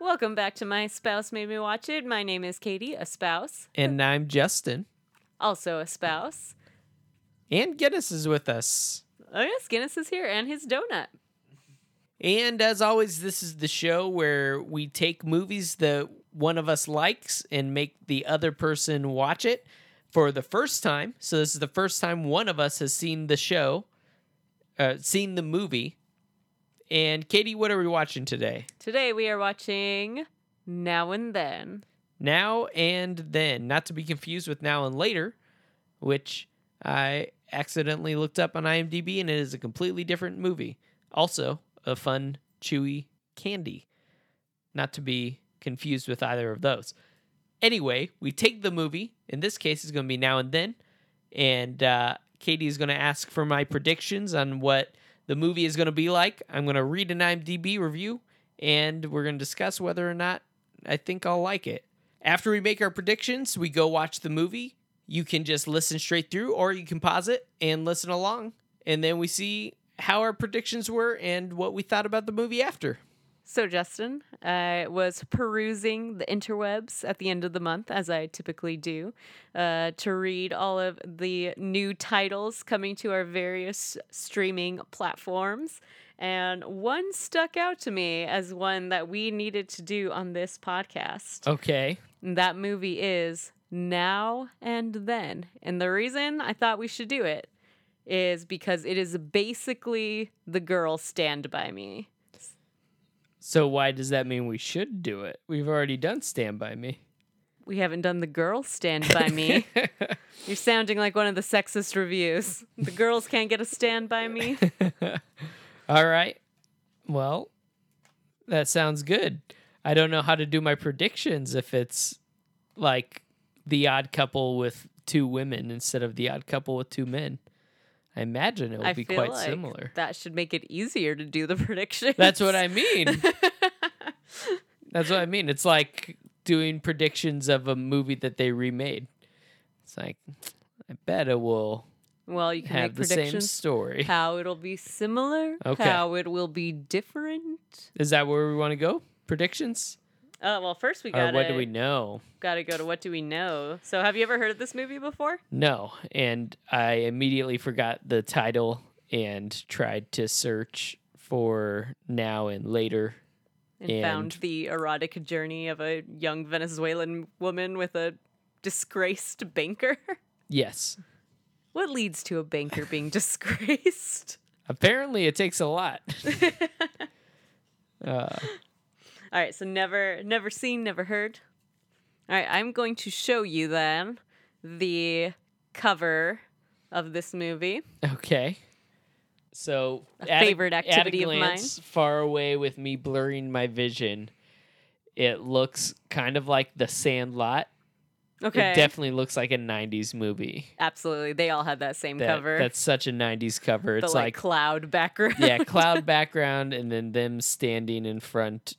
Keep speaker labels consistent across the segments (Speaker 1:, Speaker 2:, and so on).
Speaker 1: Welcome back to My Spouse Made Me Watch It. My name is Katie, a spouse,
Speaker 2: And I'm Justin.
Speaker 1: also a spouse.
Speaker 2: And Guinness is with us.
Speaker 1: Oh, yes, Guinness is here and his donut.
Speaker 2: And as always, this is the show where we take movies that one of us likes and make the other person watch it for the first time. So this is the first time one of us has seen the show, uh, seen the movie. And Katie, what are we watching today?
Speaker 1: Today we are watching Now and Then.
Speaker 2: Now and then, not to be confused with now and later, which I accidentally looked up on IMDb and it is a completely different movie. Also, a fun, chewy candy. Not to be confused with either of those. Anyway, we take the movie. In this case, it's going to be now and then. And uh, Katie is going to ask for my predictions on what the movie is going to be like. I'm going to read an IMDb review and we're going to discuss whether or not I think I'll like it. After we make our predictions, we go watch the movie. You can just listen straight through, or you can pause it and listen along. And then we see how our predictions were and what we thought about the movie after.
Speaker 1: So, Justin, I was perusing the interwebs at the end of the month, as I typically do, uh, to read all of the new titles coming to our various streaming platforms. And one stuck out to me as one that we needed to do on this podcast.
Speaker 2: Okay.
Speaker 1: And That movie is Now and Then. And the reason I thought we should do it is because it is basically the girl Stand By Me.
Speaker 2: So, why does that mean we should do it? We've already done Stand By Me.
Speaker 1: We haven't done the girl Stand By Me. You're sounding like one of the sexist reviews. The girls can't get a Stand By Me.
Speaker 2: All right. Well, that sounds good. I don't know how to do my predictions if it's like the odd couple with two women instead of the odd couple with two men. I imagine it would
Speaker 1: I
Speaker 2: be
Speaker 1: feel
Speaker 2: quite
Speaker 1: like
Speaker 2: similar.
Speaker 1: that should make it easier to do the prediction.
Speaker 2: That's what I mean. That's what I mean. It's like doing predictions of a movie that they remade. It's like, I bet it will
Speaker 1: Well, you can
Speaker 2: have
Speaker 1: make
Speaker 2: the same
Speaker 1: predictions.
Speaker 2: story.
Speaker 1: How it'll be similar,
Speaker 2: Okay.
Speaker 1: how it will be different.
Speaker 2: Is that where we want to go? Predictions?
Speaker 1: Uh, well, first we
Speaker 2: Or
Speaker 1: got
Speaker 2: what do we know?
Speaker 1: gotta go to what do we know so have you ever heard of this movie before
Speaker 2: No, and I immediately forgot the title and tried to search for now and later.
Speaker 1: and, found
Speaker 2: And-
Speaker 1: the erotic journey of a young venezuelan woman with a disgraced banker
Speaker 2: Yes.
Speaker 1: what leads to a banker being disgraced
Speaker 2: Apparently it takes a lot. uh,
Speaker 1: all right so never never seen never heard all right i'm going to show you then the cover of this movie
Speaker 2: okay. So
Speaker 1: favorite activity of mine.
Speaker 2: of mine. Far away with me blurring my vision. It looks kind of like the Sandlot.
Speaker 1: okay
Speaker 2: It definitely looks like a '90s movie.
Speaker 1: absolutely they all had that same
Speaker 2: That-
Speaker 1: cover
Speaker 2: That's such a '90s cover.
Speaker 1: the
Speaker 2: It's
Speaker 1: like,
Speaker 2: like
Speaker 1: cloud background
Speaker 2: yeah, cloud background, and then them standing in front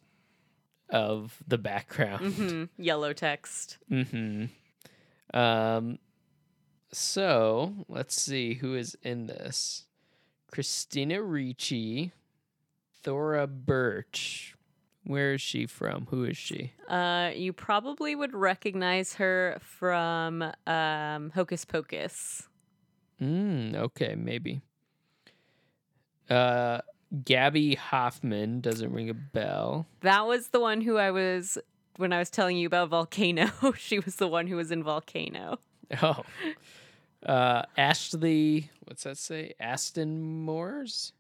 Speaker 2: of the background.
Speaker 1: Mhm, yellow text
Speaker 2: hmm Um, so let's see who is in this: Christina Ricci, Thora Birch. Where is she from? Who is she?
Speaker 1: Uh, you probably would recognize her from um, Hocus Pocus.
Speaker 2: Mm, okay, maybe. Uh, Gabby Hoffman doesn't ring a bell.
Speaker 1: That was the one who I was when I was telling you about Volcano. she was the one who was in Volcano.
Speaker 2: Oh. Uh, Ashley, what's that say? Aston Moores?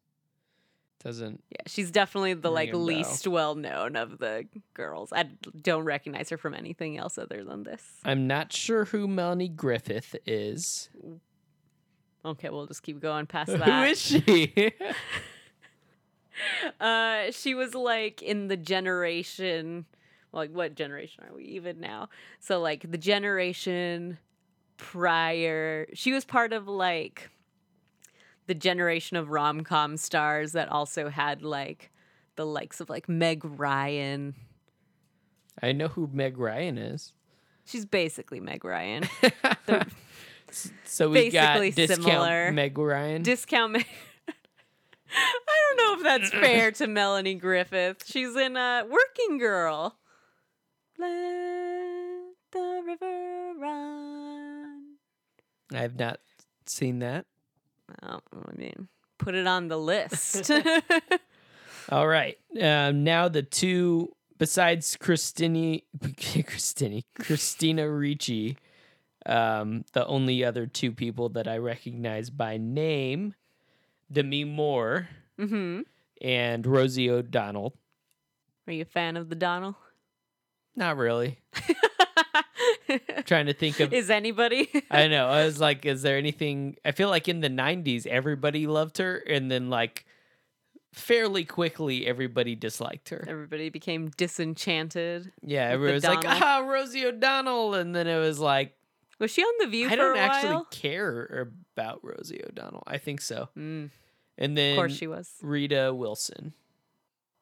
Speaker 2: Doesn't.
Speaker 1: Yeah, she's definitely the like
Speaker 2: Ring a bell.
Speaker 1: least well known of the girls. I don't recognize her from anything else other than this.
Speaker 2: I'm not sure who Melanie Griffith is.
Speaker 1: Okay, we'll just keep going past that.
Speaker 2: Who is she?
Speaker 1: Uh, she was like in the generation, like what generation are we even now? So like the generation prior, she was part of like the generation of rom com stars that also had like the likes of like Meg Ryan.
Speaker 2: I know who Meg Ryan is.
Speaker 1: She's basically Meg Ryan.
Speaker 2: So we got
Speaker 1: Basically
Speaker 2: discount
Speaker 1: similar.
Speaker 2: Meg Ryan.
Speaker 1: Discount Meg. I I don't know if that's fair to Melanie Griffith. She's in uh, Working Girl. Let the river run.
Speaker 2: I have not seen that.
Speaker 1: Oh, I mean, put it on the list.
Speaker 2: All right. Um, now the two besides Christini, Christini, Christina Ricci, um, the only other two people that I recognize by name, Demi Moore
Speaker 1: hmm
Speaker 2: and Rosie O'Donnell.
Speaker 1: Are you a fan of the Donald?
Speaker 2: Not really. trying to think of.
Speaker 1: Is anybody?
Speaker 2: I know. I was like, is there anything? I feel like in the '90s, everybody loved her, and then like fairly quickly, everybody disliked her.
Speaker 1: Everybody became disenchanted. With
Speaker 2: Yeah,
Speaker 1: the
Speaker 2: everyone was like,
Speaker 1: Donald.
Speaker 2: ah, Rosie O'Donnell. And then it was like,
Speaker 1: Was she on The View
Speaker 2: I
Speaker 1: for
Speaker 2: don't
Speaker 1: a
Speaker 2: actually
Speaker 1: while?
Speaker 2: care about Rosie O'Donnell. I think so.
Speaker 1: Mm,
Speaker 2: And
Speaker 1: of
Speaker 2: then
Speaker 1: course she was.
Speaker 2: Rita Wilson.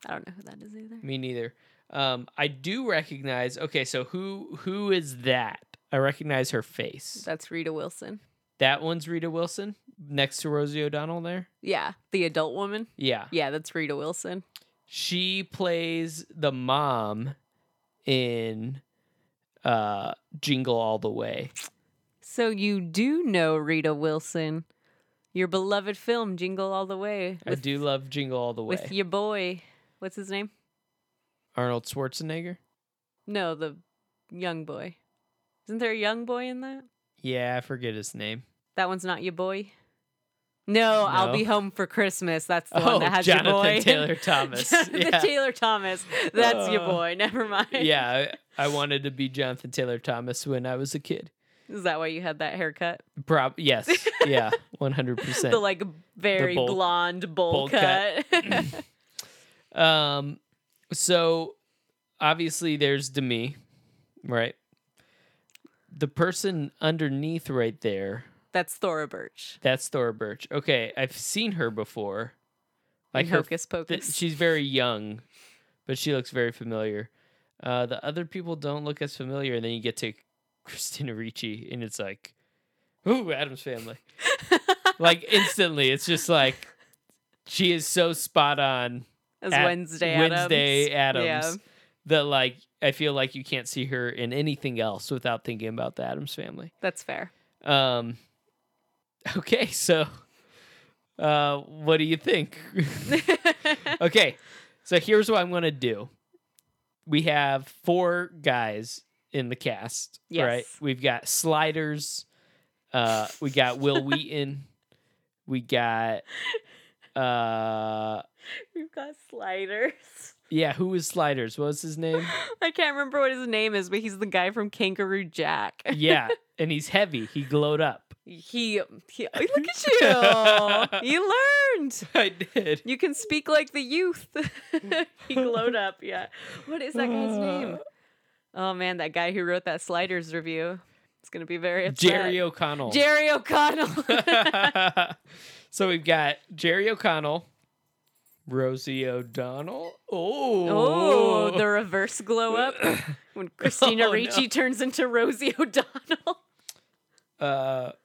Speaker 1: I don't know who that is either.
Speaker 2: Me neither. Um, I do recognize. Okay, so who who is that? I recognize her face.
Speaker 1: That's Rita Wilson.
Speaker 2: That one's Rita Wilson next to Rosie O'Donnell there.
Speaker 1: Yeah, the adult woman.
Speaker 2: Yeah.
Speaker 1: Yeah, that's Rita Wilson.
Speaker 2: She plays the mom in uh Jingle All the Way.
Speaker 1: So you do know Rita Wilson, your beloved film Jingle All the Way
Speaker 2: I
Speaker 1: with,
Speaker 2: do love Jingle All the Way.
Speaker 1: with your boy. What's his name?
Speaker 2: Arnold Schwarzenegger?
Speaker 1: No, the young boy. Isn't there a young boy in that?
Speaker 2: Yeah, I forget his name.
Speaker 1: That one's not your boy. No, I'll
Speaker 2: No.
Speaker 1: be home for Christmas. That's the one that has
Speaker 2: Oh, Jonathan
Speaker 1: your boy.
Speaker 2: Taylor Thomas.
Speaker 1: Jonathan
Speaker 2: yeah.
Speaker 1: Taylor Thomas. That's your
Speaker 2: Uh,
Speaker 1: boy. Never mind.
Speaker 2: yeah, I, I wanted to be Jonathan Taylor Thomas when I was a kid.
Speaker 1: Is that why you had that haircut?
Speaker 2: Prob yes, yeah, one hundred percent.
Speaker 1: The like very
Speaker 2: bowl-
Speaker 1: blonde bowl,
Speaker 2: bowl
Speaker 1: cut.
Speaker 2: cut. Um, so obviously there's Demi, right? The person underneath right there,
Speaker 1: That's Thora Birch.
Speaker 2: that's Thora Birch. Okay, I've seen her before.
Speaker 1: Like
Speaker 2: Like her
Speaker 1: Hocus
Speaker 2: Th-
Speaker 1: Pocus.
Speaker 2: she's very young, but she looks very familiar. Uh, the other people don't look as familiar, and then you get to Christina Ricci, and it's like, ooh, Adam's family. like instantly, it's just like she is so spot on.
Speaker 1: As
Speaker 2: at
Speaker 1: Wednesday Adams.
Speaker 2: Wednesday Adams.
Speaker 1: Yeah.
Speaker 2: That like I feel like you can't see her in anything else without thinking about the Adams family.
Speaker 1: That's fair.
Speaker 2: Um, okay, so uh, what do you think? okay, so here's what I'm gonna do. We have four guys in the cast,
Speaker 1: Yes.
Speaker 2: right? We've got Sliders, uh, we got Will Wheaton, we got, uh,
Speaker 1: We've got sliders.
Speaker 2: yeah, who was Sliders? What was his name?
Speaker 1: I can't remember what his name is, but he's the guy from Kangaroo Jack.
Speaker 2: Yeah, and he's heavy. He glowed up.
Speaker 1: He, he look at you. you learned.
Speaker 2: I did.
Speaker 1: You can speak like the youth. he glowed up. Yeah. What is that guy's name? Oh man, that guy who wrote that sliders review. It's gonna be very upset.
Speaker 2: Jerry O'Connell.
Speaker 1: Jerry O'Connell.
Speaker 2: so we've got Jerry O'Connell, Rosie O'Donnell. Oh,
Speaker 1: oh, the reverse glow up when Christina
Speaker 2: Oh, no.
Speaker 1: Ricci turns into Rosie O'Donnell.
Speaker 2: uh,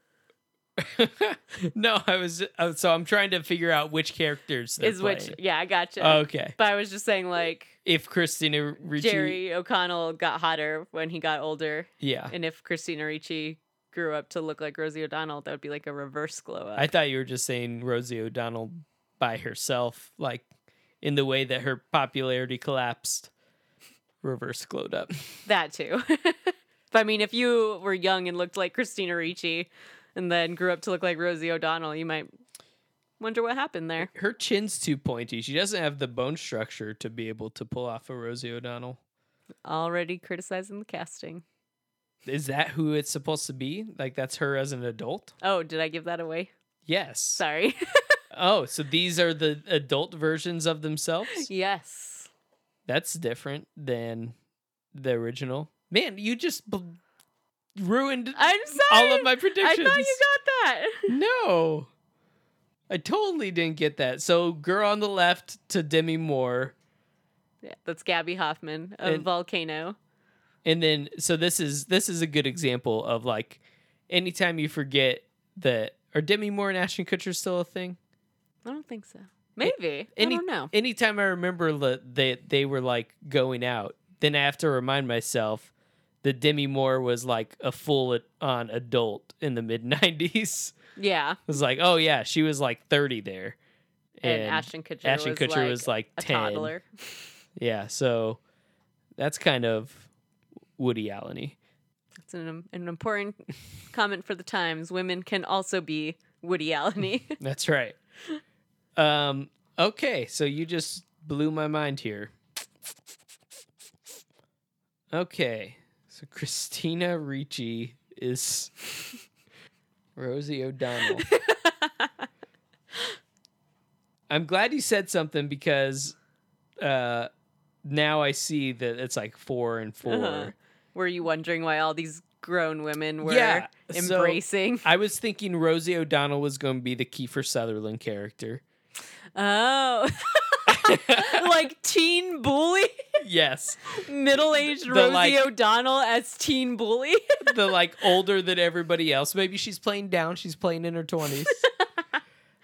Speaker 2: no, I was uh, so I'm trying to figure out which characters they're
Speaker 1: is which?
Speaker 2: playing.
Speaker 1: Yeah, I gotcha.
Speaker 2: Okay,
Speaker 1: But I was just saying like
Speaker 2: if Christina Oh. Ricci,
Speaker 1: Jerry O'Connell got hotter when he got older,
Speaker 2: yeah,
Speaker 1: and if Christina Ricci grew up to look like Rosie O'Donnell, that would be like a reverse glow up.
Speaker 2: I thought you were just saying Rosie O'Donnell by herself, like in the way that her popularity collapsed, reverse glowed up.
Speaker 1: That too. but I mean, if you were young and looked like Christina Ricci and then grew up to look like Rosie O'Donnell, you might wonder what happened there.
Speaker 2: her chin's too pointy. She doesn't have the bone structure to be able to pull off a Rosie O'Donnell.
Speaker 1: Already criticizing the casting.
Speaker 2: Is that who it's supposed to be? Like that's her as an adult?
Speaker 1: Oh, did I give that away?
Speaker 2: Yes.
Speaker 1: Sorry.
Speaker 2: Oh, so these are the adult versions of themselves?
Speaker 1: yes.
Speaker 2: That's different than the original. Man, you just b- ruined
Speaker 1: I'm sorry.
Speaker 2: all of my
Speaker 1: I
Speaker 2: predictions.
Speaker 1: thought you got that.
Speaker 2: No. I totally didn't get that. So, girl on the left to Demi Moore.
Speaker 1: Yeah, that's Gabby Hoffman of
Speaker 2: And-
Speaker 1: Volcano.
Speaker 2: and then so this is this is a good example of like anytime you forget that are Demi Moore and Ashton Kutcher still a thing?
Speaker 1: I don't think so. Maybe.
Speaker 2: any
Speaker 1: I don't know.
Speaker 2: anytime I remember that they they were like going out, then I have to remind myself that Demi Moore was like a full on adult in the mid '90s.
Speaker 1: Yeah.
Speaker 2: It was like, oh yeah, she was like 30 there,
Speaker 1: And, Ashton Kutcher,
Speaker 2: Ashton
Speaker 1: was,
Speaker 2: Kutcher
Speaker 1: like
Speaker 2: was like
Speaker 1: a
Speaker 2: 10.
Speaker 1: toddler.
Speaker 2: Yeah, so that's kind of Woody Allen-y.
Speaker 1: It's an, an important comment for the times. Women can also be Woody Allen.
Speaker 2: That's right. Um, okay, so you just blew my mind here. Okay, so Christina Ricci is Rosie O'Donnell. I'm glad you said something because uh, now I see that it's like four and 4
Speaker 1: Uh-huh. were you wondering why all these grown women were
Speaker 2: Yeah, so-
Speaker 1: embracing?
Speaker 2: I was thinking Rosie O'Donnell was going to be the Kiefer Sutherland character.
Speaker 1: Oh. like teen bully,
Speaker 2: yes.
Speaker 1: middle-aged
Speaker 2: The,
Speaker 1: Rosie
Speaker 2: like-
Speaker 1: O'Donnell as teen bully.
Speaker 2: the like older than everybody else. Maybe she's playing down. She's playing in her twenties.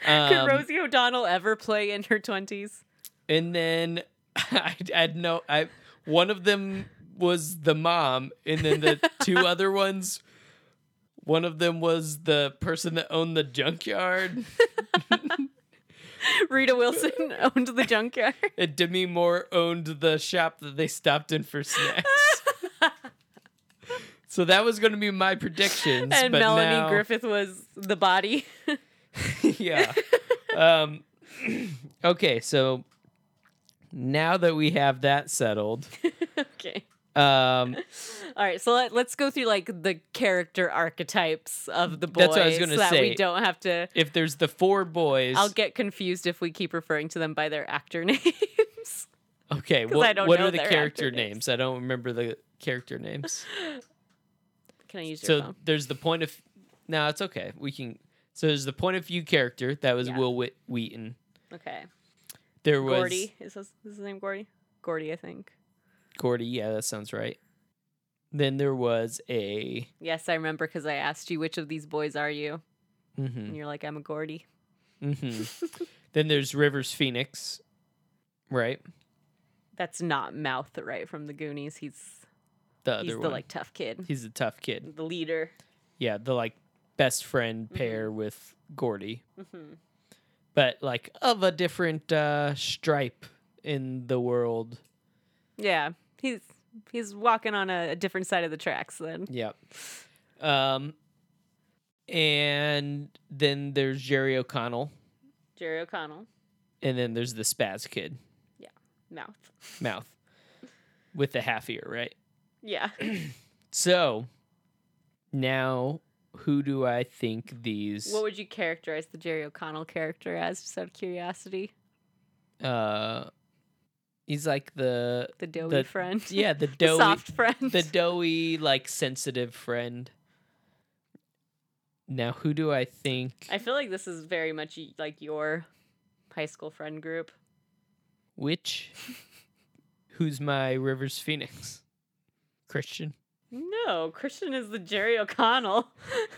Speaker 1: Could
Speaker 2: Um,
Speaker 1: Rosie O'Donnell ever play in her twenties?
Speaker 2: and then I had no. I one of them was the mom, and then the two other ones. One of them was the person that owned the junkyard.
Speaker 1: Rita Wilson owned the junkyard.
Speaker 2: And Demi Moore owned the shop that they stopped in for snacks. so that was going to be my predictions.
Speaker 1: and
Speaker 2: but
Speaker 1: Melanie
Speaker 2: now-
Speaker 1: Griffith was the body.
Speaker 2: yeah. Um, okay, so now that we have that settled,
Speaker 1: okay.
Speaker 2: um,
Speaker 1: All right, so let, let's go through like the character archetypes of the boys
Speaker 2: That's what I was gonna
Speaker 1: so that
Speaker 2: say.
Speaker 1: we don't have to
Speaker 2: if there's the four boys,
Speaker 1: I'll get confused if we keep referring to them by their actor names.
Speaker 2: okay,
Speaker 1: 'cause
Speaker 2: what,
Speaker 1: I don't
Speaker 2: what
Speaker 1: know
Speaker 2: are the
Speaker 1: their actor
Speaker 2: character
Speaker 1: names.
Speaker 2: names? I don't remember the character names.
Speaker 1: Can I use your
Speaker 2: so
Speaker 1: phone?
Speaker 2: there's the point of. No, it's okay. We can. So there's the point of view character that was
Speaker 1: Yeah.
Speaker 2: Will Whit- Wheaton.
Speaker 1: Okay.
Speaker 2: There was
Speaker 1: Gordy. Is his, is his name Gordy? Gordy, I think.
Speaker 2: Gordy, yeah, that sounds right. Then there was a.
Speaker 1: Yes, I remember because I asked you which of these boys are you?
Speaker 2: mhm.
Speaker 1: And you're like, I'm a Gordy.
Speaker 2: hmm then there's Rivers Phoenix, right?
Speaker 1: That's not Mouth, right, from the Goonies. He's
Speaker 2: The other
Speaker 1: he's
Speaker 2: one.
Speaker 1: the like tough kid.
Speaker 2: he's a tough kid.
Speaker 1: The leader.
Speaker 2: Yeah, the like best
Speaker 1: Mm-hmm.
Speaker 2: friend pair with Gordy,
Speaker 1: hmm
Speaker 2: but like of a different uh, stripe in the world.
Speaker 1: Yeah. He's he's walking on a, a different side of the tracks then.
Speaker 2: Yep. Um, and then there's Jerry O'Connell,
Speaker 1: Jerry O'Connell.
Speaker 2: and then there's the Spaz kid,
Speaker 1: Mouth.
Speaker 2: Mouth, with the half ear, right?
Speaker 1: Yeah.
Speaker 2: So now, who do I think these?
Speaker 1: What would you characterize the Jerry O'Connell character as, just out of curiosity?
Speaker 2: uh he's like the
Speaker 1: The doughy
Speaker 2: The-
Speaker 1: friend?
Speaker 2: yeah the
Speaker 1: The
Speaker 2: doughy
Speaker 1: soft friend?
Speaker 2: the doughy like sensitive friend now who do i think
Speaker 1: I feel like this is very much y- like your high school friend group.
Speaker 2: which who's my rivers phoenix christian
Speaker 1: No, Christian is the Jerry O'Connell.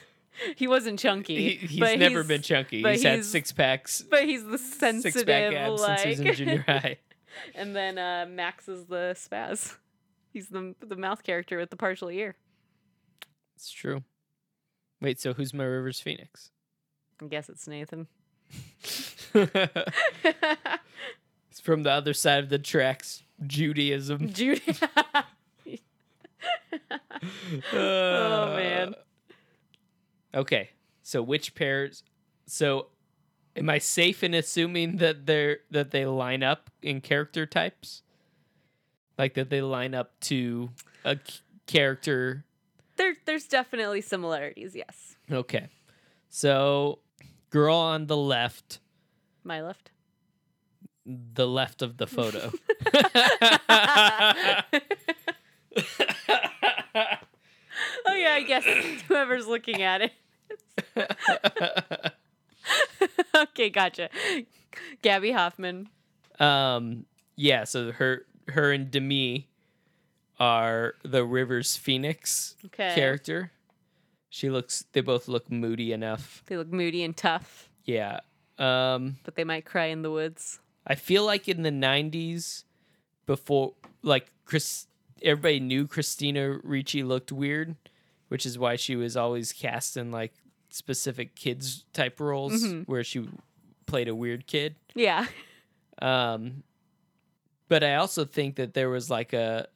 Speaker 1: he wasn't
Speaker 2: he,
Speaker 1: chunky.
Speaker 2: he's
Speaker 1: but
Speaker 2: never
Speaker 1: he's-
Speaker 2: been chunky
Speaker 1: but
Speaker 2: he's, had
Speaker 1: he's
Speaker 2: six packs
Speaker 1: But he's the
Speaker 2: six pack
Speaker 1: sensitive,
Speaker 2: abs
Speaker 1: like.
Speaker 2: since he was in junior high
Speaker 1: and then uh, Max is the spaz. He's the the mouth character with the partial ear.
Speaker 2: it's true wait so who's my rivers phoenix
Speaker 1: I guess it's Nathan.
Speaker 2: it's from the other side of the tracks judaism
Speaker 1: Judy.
Speaker 2: Uh,
Speaker 1: man.
Speaker 2: Okay. So which pairs so am I safe in assuming that they're that they line up in character types? Like that they line up to a c- character.
Speaker 1: there, there's definitely similarities. Yes,
Speaker 2: Okay. So girl on the left,
Speaker 1: my left.
Speaker 2: the left of the photo.
Speaker 1: Oh yeah, I guess whoever's looking at it. okay, gotcha. Gabby Hoffman.
Speaker 2: Um, yeah, so her her and Demi are the Rivers Phoenix
Speaker 1: Okay.
Speaker 2: character. She looks they both look moody enough.
Speaker 1: They look moody and tough.
Speaker 2: Yeah. Um,
Speaker 1: but they might cry in the woods.
Speaker 2: I feel like in the '90s, before like Chris, everybody knew Christina Ricci looked weird, which is why she was always cast in like specific kids type roles
Speaker 1: Mhm.
Speaker 2: where she played a weird kid.
Speaker 1: Yeah.
Speaker 2: Um, but I also think that there was like a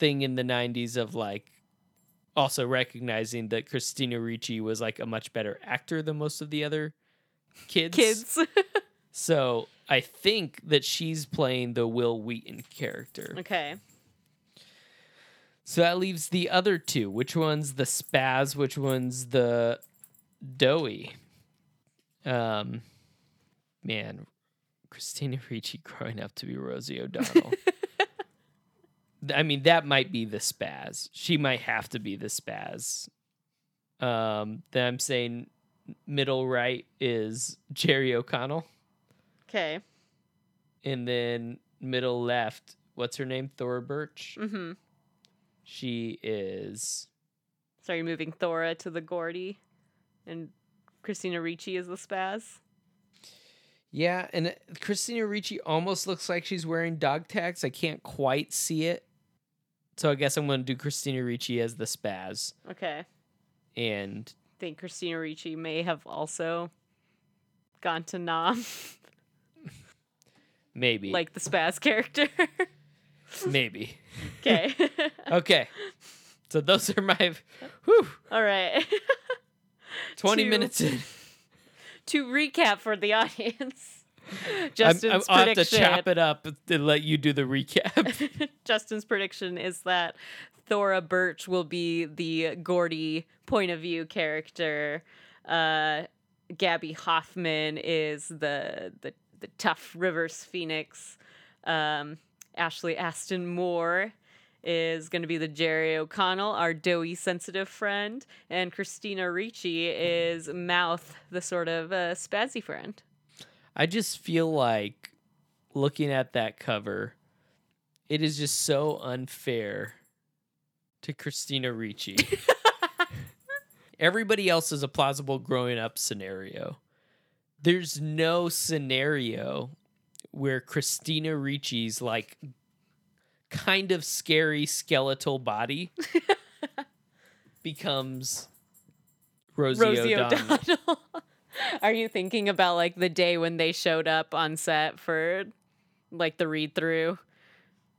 Speaker 2: thing in the 90s of like also recognizing that Christina Ricci was like a much better actor than most of the other kids.
Speaker 1: Kids.
Speaker 2: So I think that she's playing the Will Wheaton character.
Speaker 1: okay.
Speaker 2: So that leaves the other two. Which one's the spaz? Which one's the doughy? Um, man, Christina Ricci growing up to be Rosie O'Donnell. Th- I mean, that might be the spaz. She might have to be the spaz. Um, then I'm saying middle right is Jerry O'Connell,
Speaker 1: Okay.
Speaker 2: and then middle left, what's her name? Thora Birch.
Speaker 1: Mm-hmm.
Speaker 2: She is
Speaker 1: So you're moving Thora to the Gordy, and Christina Ricci is the spaz.
Speaker 2: Yeah, and it- Christina Ricci almost looks like she's wearing dog tags. I can't quite see it. So I guess I'm going to do Christina Ricci as the spaz.
Speaker 1: Okay.
Speaker 2: And
Speaker 1: I think Christina Ricci may have also gone to Nam,
Speaker 2: maybe.
Speaker 1: like the spaz character.
Speaker 2: maybe.
Speaker 1: okay.
Speaker 2: Okay. So those are my whew,
Speaker 1: All right.
Speaker 2: 20
Speaker 1: Two
Speaker 2: minutes in.
Speaker 1: to recap for the audience,
Speaker 2: I'm-
Speaker 1: Justin's
Speaker 2: I'm- I'll have to
Speaker 1: prediction.
Speaker 2: chop it up and let you do the recap.
Speaker 1: Justin's prediction is that Thora Birch will be the Gordy point of view character. Uh, Gabby Hoffman is the the, the tough Rivers Phoenix. Um, Ashley Aston Moore is going to be the Jerry O'Connell, our doughy sensitive friend, and Christina Ricci is Mouth, the sort of uh, spazzy friend.
Speaker 2: I just feel like looking at that cover, it is just so unfair to Christina Ricci. Everybody else is a plausible growing up scenario. There's no scenario where Christina Ricci's like kind of scary skeletal body becomes Rosie,
Speaker 1: Rosie
Speaker 2: O'Donnell.
Speaker 1: O'Donnell. Are you thinking about like the day when they showed up on set for like the read through?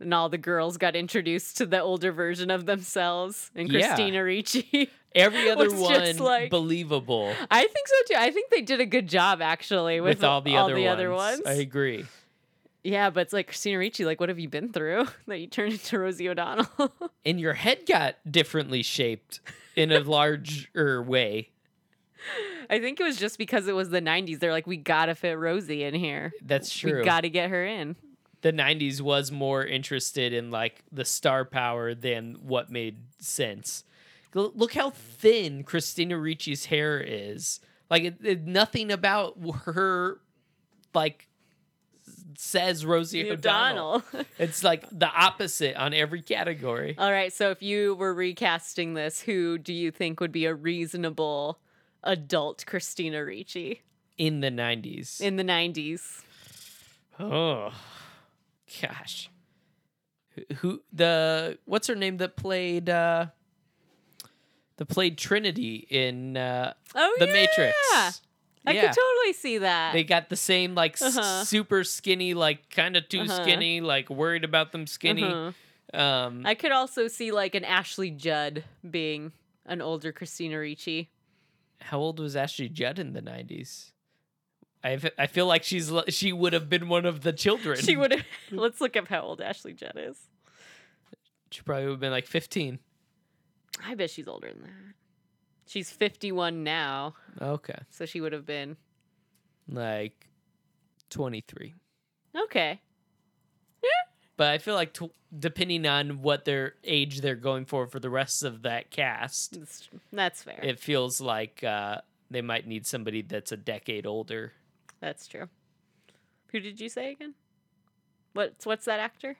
Speaker 1: And all the girls got introduced to the older version of themselves and
Speaker 2: Yeah.
Speaker 1: Christina Ricci.
Speaker 2: Every other
Speaker 1: was just
Speaker 2: one
Speaker 1: like-
Speaker 2: believable.
Speaker 1: I think so too. I think they did a good job actually with,
Speaker 2: with, all the, other, ones. I agree.
Speaker 1: Yeah, but it's like Christina Ricci, like what have you been through that you turned into Rosie O'Donnell?
Speaker 2: And your head got differently shaped in a larger way.
Speaker 1: I think it was just because it was the 90s. They're like, we gotta fit Rosie in here.
Speaker 2: That's true.
Speaker 1: We gotta get her in.
Speaker 2: the 90s was more interested in like the star power than what made sense. L- Look how thin Christina Ricci's hair is. Like it, it- nothing about her like s- says Rosie O'Donnell.
Speaker 1: O'Donnell.
Speaker 2: It's like the opposite on every category.
Speaker 1: All right, so if you were recasting this, who do you think would be a reasonable adult Christina Ricci
Speaker 2: in the 90s.
Speaker 1: in the 90s?
Speaker 2: Oh, gosh. Who- Who the what's her name that played uh that played Trinity in uh
Speaker 1: Oh,
Speaker 2: The
Speaker 1: yeah.
Speaker 2: Matrix?
Speaker 1: I
Speaker 2: yeah,
Speaker 1: could totally see that.
Speaker 2: they got the same like s-
Speaker 1: Uh-huh.
Speaker 2: super skinny, like kind of too
Speaker 1: Uh-huh.
Speaker 2: skinny, like worried about them skinny.
Speaker 1: Uh-huh.
Speaker 2: Um,
Speaker 1: I could also see like an Ashley Judd being an older Christina Ricci.
Speaker 2: how old was Ashley Judd in the nineties? I f- I feel like she's l- she would have been one of the children.
Speaker 1: She would. Let's look up how old Ashley Judd is.
Speaker 2: she probably would have been like fifteen.
Speaker 1: I bet she's older than that. She's 51 now,
Speaker 2: Okay,
Speaker 1: so she would have been
Speaker 2: like twenty three.
Speaker 1: okay.
Speaker 2: But I feel like t- depending on what their age they're going for for the rest of that cast,
Speaker 1: That's, that's fair.
Speaker 2: it feels like uh, they might need somebody that's a decade older.
Speaker 1: That's true. Who did you say again? What's what's that actor?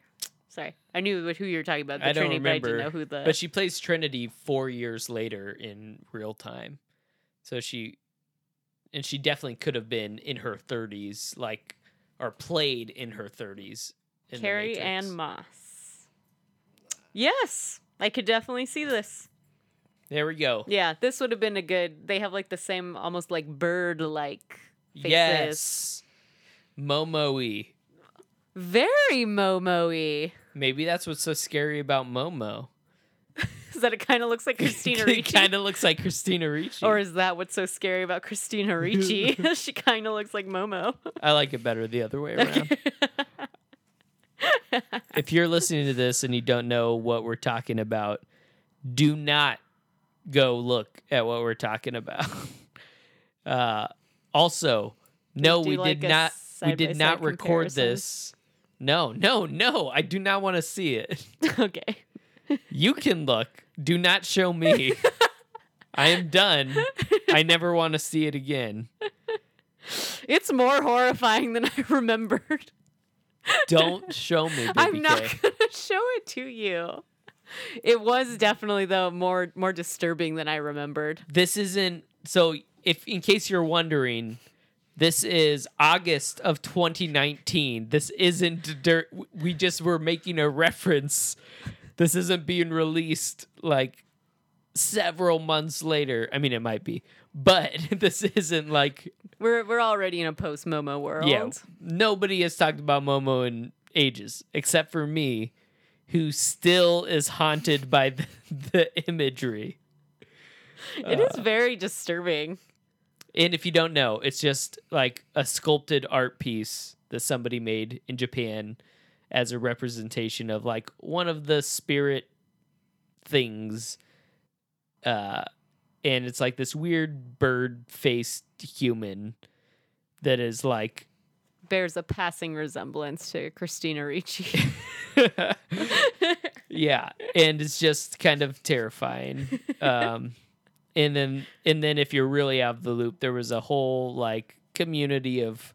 Speaker 1: Sorry, I knew what- who you were talking about. The
Speaker 2: I don't
Speaker 1: Trini, but I
Speaker 2: remember,
Speaker 1: didn't know who the.
Speaker 2: But she plays Trinity four years later in real time, so she and she definitely could have been in her 30s, like or played in her 30s. in The
Speaker 1: Carrie
Speaker 2: Matrix.
Speaker 1: Ann Moss. Yes, I could definitely see this.
Speaker 2: There we go.
Speaker 1: Yeah, this would have been a good. They have like the same, almost like bird like faces.
Speaker 2: Yes, Momoe.
Speaker 1: Very Momoe.
Speaker 2: Maybe that's what's so scary about Momo.
Speaker 1: Is that it kind of looks like Christina Ricci?
Speaker 2: kind of looks like Christina Ricci.
Speaker 1: Or is that what's so scary about Christina Ricci? she kind of looks like Momo.
Speaker 2: I like it better the other way around.
Speaker 1: Okay.
Speaker 2: if you're listening to this and you don't know what we're talking about, do not go look at what we're talking about. Uh, also, no,
Speaker 1: do
Speaker 2: we
Speaker 1: like
Speaker 2: did
Speaker 1: a
Speaker 2: not we did
Speaker 1: side-by-side
Speaker 2: not record
Speaker 1: comparison?
Speaker 2: this. No, no, no. I do not want to see it.
Speaker 1: okay.
Speaker 2: You can look. Do not show me. I am done. I never want to see it again.
Speaker 1: It's more horrifying than I remembered.
Speaker 2: Don't show me. BBK.
Speaker 1: I'm not going to show it to you. It was definitely though more more disturbing than I remembered.
Speaker 2: this isn't so if in case you're wondering this is august of 2019 this isn't dirt we just were making a reference this isn't being released like several months later i mean it might be but this isn't like
Speaker 1: We're we're already in a post Momo world.
Speaker 2: yeah nobody has talked about momo in ages except for me who still is haunted by the, the imagery
Speaker 1: It
Speaker 2: Uh.
Speaker 1: is very disturbing.
Speaker 2: And if you don't know, it's just like a sculpted art piece that somebody made in Japan as a representation of like one of the spirit things. Uh, and it's like this weird bird faced human that is like
Speaker 1: Bears a passing resemblance to Christina Ricci.
Speaker 2: yeah and it's just kind of terrifying um and then and then if you're really out of the loop there was a whole like community of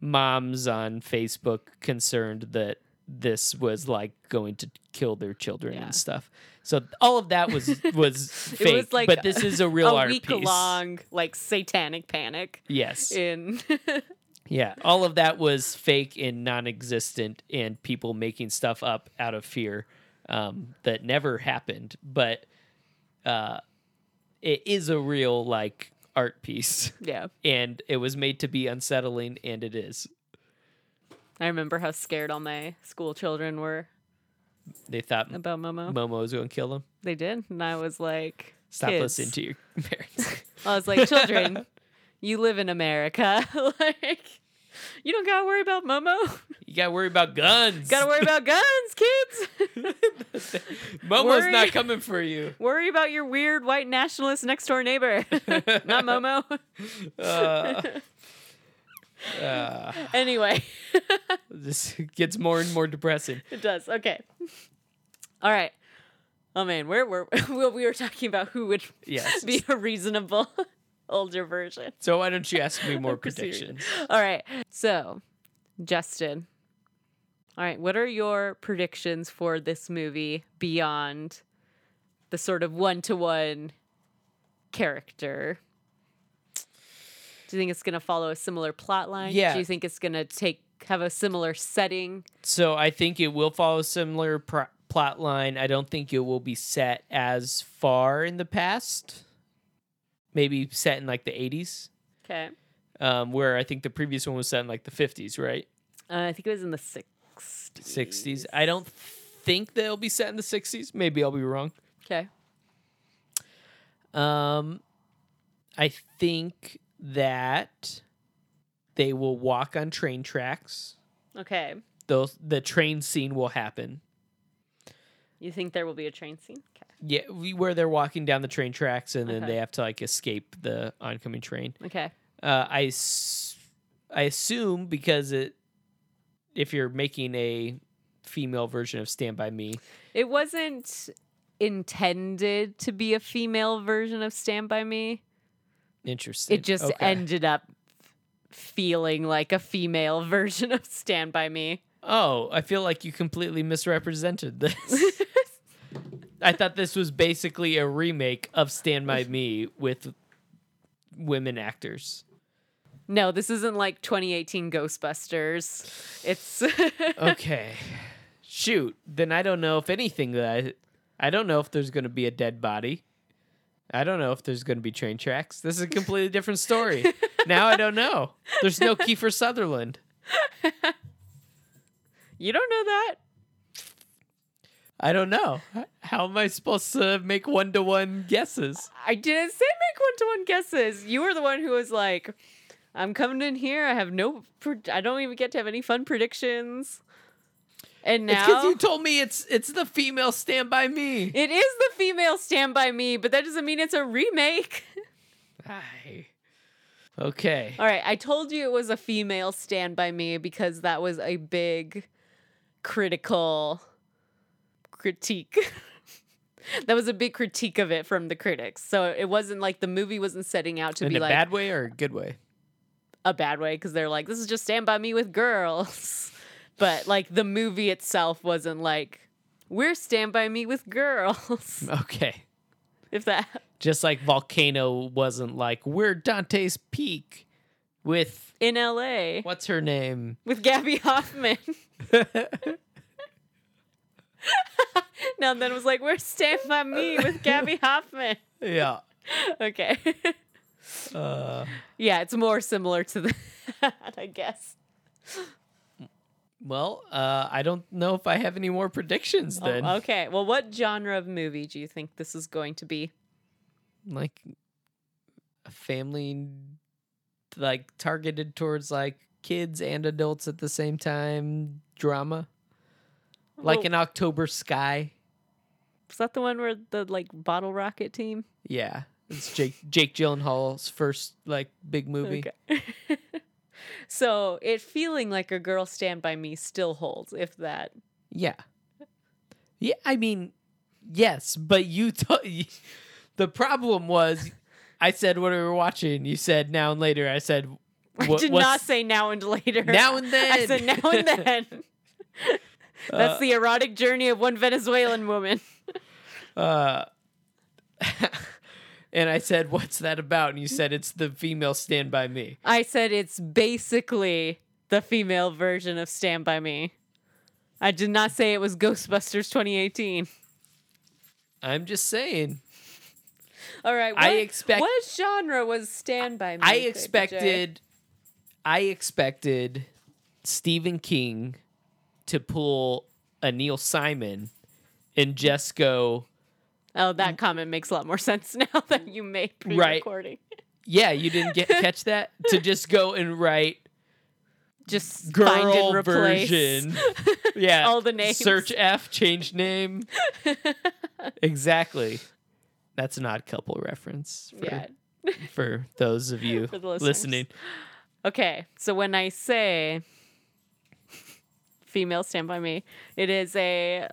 Speaker 2: moms on facebook concerned that this was like going to kill their children
Speaker 1: Yeah.
Speaker 2: and stuff so all of that was was fake
Speaker 1: like
Speaker 2: but this is a real
Speaker 1: a
Speaker 2: art
Speaker 1: week
Speaker 2: piece
Speaker 1: long like satanic panic
Speaker 2: yes
Speaker 1: in
Speaker 2: yeah, all of that was fake and non-existent, and people making stuff up out of fear um, that never happened. But uh, it is a real like art piece,
Speaker 1: yeah.
Speaker 2: and it was made to be unsettling, and it is.
Speaker 1: I remember how scared all my school children were
Speaker 2: They thought
Speaker 1: about Momo.
Speaker 2: Momo was going to kill them.
Speaker 1: They did, and I was like,
Speaker 2: Stop
Speaker 1: kids.
Speaker 2: listening to your parents.
Speaker 1: I was like, children, you live in America. like, you don't gotta worry about Momo.
Speaker 2: you gotta worry about guns.
Speaker 1: gotta worry about guns, kids.
Speaker 2: Momo's
Speaker 1: worry-
Speaker 2: not coming for you.
Speaker 1: worry about your weird white nationalist next door neighbor, not Momo.
Speaker 2: Uh, uh,
Speaker 1: anyway,
Speaker 2: this gets more and more depressing.
Speaker 1: it does. Okay. All right. Oh man, where were well, we were talking about who would
Speaker 2: Yes.
Speaker 1: be a reasonable older version.
Speaker 2: So why don't you ask me more
Speaker 1: Of course you do.
Speaker 2: predictions?
Speaker 1: All right. So, Justin. All right, what are your predictions for this movie beyond the sort of one-to-one character? Do you think it's going to follow a similar plot line?
Speaker 2: Yeah.
Speaker 1: Do you think it's going to take have a similar setting?
Speaker 2: So I think it will follow a similar pr- plot line. I don't think it will be set as far in the past. Maybe set in like the 80s,
Speaker 1: Okay.
Speaker 2: um, where I think the previous one was set in like the 50s, right?
Speaker 1: Uh, I think it was in the 60s.
Speaker 2: 60s. I don't think they'll be set in the 60s. Maybe I'll be wrong.
Speaker 1: Okay.
Speaker 2: Um, I think that they will walk on train tracks.
Speaker 1: Okay.
Speaker 2: Those the train scene will happen.
Speaker 1: You think there will be a train scene?
Speaker 2: Yeah, we, where they're walking down the train tracks and then
Speaker 1: Okay.
Speaker 2: they have to like escape the oncoming train.
Speaker 1: Okay. Okay.
Speaker 2: Uh, I s- I assume because it if you're making a female version of Stand by Me,
Speaker 1: It wasn't intended to be a female version of Stand By Me.
Speaker 2: interesting.
Speaker 1: It just
Speaker 2: Okay.
Speaker 1: ended up feeling like a female version of Stand By Me.
Speaker 2: Oh, I feel like you completely misrepresented this. I thought this was basically a remake of Stand by Me with women actors.
Speaker 1: No, this isn't like 2018 Ghostbusters. It's
Speaker 2: okay. Shoot. Then I don't know if anything that I, I don't know if there's going to be a dead body. I don't know if there's going to be train tracks. This is a completely different story. now I don't know. There's no Kiefer Sutherland.
Speaker 1: you don't know that.
Speaker 2: I don't know. How am I supposed to make one to one guesses?
Speaker 1: I didn't say make one to one guesses. You were the one who was like, "I'm coming in here. I have no. Pre- I don't even get to have any fun predictions." And
Speaker 2: It's
Speaker 1: now
Speaker 2: because you told me it's it's the female Stand By Me.
Speaker 1: it is the female Stand By Me, but that doesn't mean it's a remake.
Speaker 2: Aye. Okay.
Speaker 1: All right, I told you it was a female Stand By Me because that was a big critical critique. that was a big critique of it from the critics. So it wasn't like the movie wasn't setting out to
Speaker 2: In
Speaker 1: be
Speaker 2: a
Speaker 1: like
Speaker 2: bad way or a good way?
Speaker 1: a bad way because they're like, this is just Stand By Me with girls. But like the movie itself wasn't like, we're Stand By Me with girls.
Speaker 2: Okay.
Speaker 1: if that,
Speaker 2: Just like Volcano wasn't like, we're Dante's Peak with
Speaker 1: in LA
Speaker 2: what's her name?
Speaker 1: with Gabby Hoffman. now then was like, we're Stand By Me with Gabby Hoffman.
Speaker 2: Yeah.
Speaker 1: Okay.
Speaker 2: Uh,
Speaker 1: yeah, it's more similar to that, I guess.
Speaker 2: well, uh, I don't know if I have any more predictions
Speaker 1: Oh,
Speaker 2: then.
Speaker 1: okay. Well, what genre of movie do you think this is going to be?
Speaker 2: Like a family like targeted towards like kids and adults at the same time drama. Like
Speaker 1: Well-
Speaker 2: an October Sky.
Speaker 1: Is that the one where the like bottle rocket team?
Speaker 2: Yeah. It's Jake Jake Gyllenhaal's first like big movie.
Speaker 1: Okay. so it feeling like a girl stand by me still holds, if that.
Speaker 2: Yeah. Yeah, I mean, yes, but you t- the problem was I said what we were watching. You said now and later. I said
Speaker 1: I
Speaker 2: "What-
Speaker 1: did
Speaker 2: what's-
Speaker 1: not say now and later.
Speaker 2: Now and then.
Speaker 1: I said now and then. That's
Speaker 2: Uh,
Speaker 1: the erotic journey of one Venezuelan woman.
Speaker 2: uh, and I said what's that about? And you said it's the female stand by me.
Speaker 1: I said it's basically the female version of Stand By Me. I did not say it was Ghostbusters 2018.
Speaker 2: I'm just saying.
Speaker 1: All right. What,
Speaker 2: I expect-
Speaker 1: What genre was Stand By Me?
Speaker 2: I
Speaker 1: Baby J?
Speaker 2: expected I expected Stephen King to pull a Neil Simon and just go
Speaker 1: Oh, that comment makes a lot more sense now that you made pre
Speaker 2: Right.
Speaker 1: recording.
Speaker 2: Yeah, you didn't get catch that to just go and write
Speaker 1: Just find
Speaker 2: girl
Speaker 1: and replace.
Speaker 2: version. Yeah,
Speaker 1: All the names.
Speaker 2: Search F, change name. exactly. That's an odd couple reference for,
Speaker 1: Yeah.
Speaker 2: for those of you
Speaker 1: For the listeners.
Speaker 2: listening.
Speaker 1: Okay. So when I say female stand by me, it is a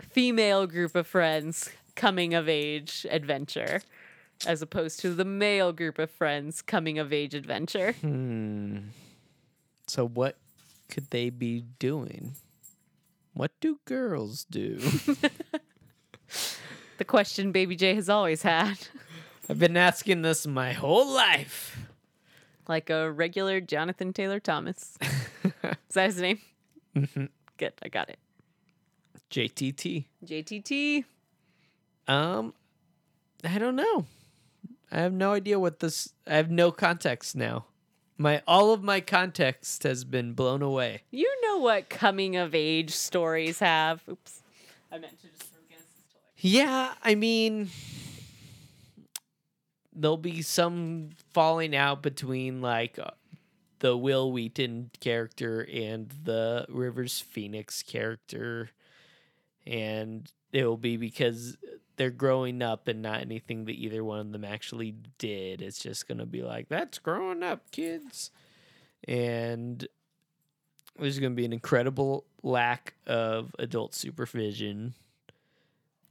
Speaker 1: female group of friends coming of age adventure as opposed to the male group of friends coming of age adventure.
Speaker 2: Hmm. So what could they be doing? What do girls do?
Speaker 1: The question Baby J has always had,
Speaker 2: I've been asking this my whole life.
Speaker 1: like a regular Jonathan Taylor Thomas. Is that his name?
Speaker 2: Mhm.
Speaker 1: Good. I got it.
Speaker 2: JTT.
Speaker 1: JTT.
Speaker 2: Um, I don't know. I have no idea what this. I have no context now. My all of my context has been blown away.
Speaker 1: You know what coming of age stories have. Oops. I meant to just throw against this toy.
Speaker 2: Yeah, I mean, there'll be some falling out between like uh, the Will Wheaton character and the Rivers Phoenix character, and it will be because they're growing up and not anything that either one of them actually did. It's just gonna be like that's growing up, kids, and there's gonna be an incredible lack of adult supervision.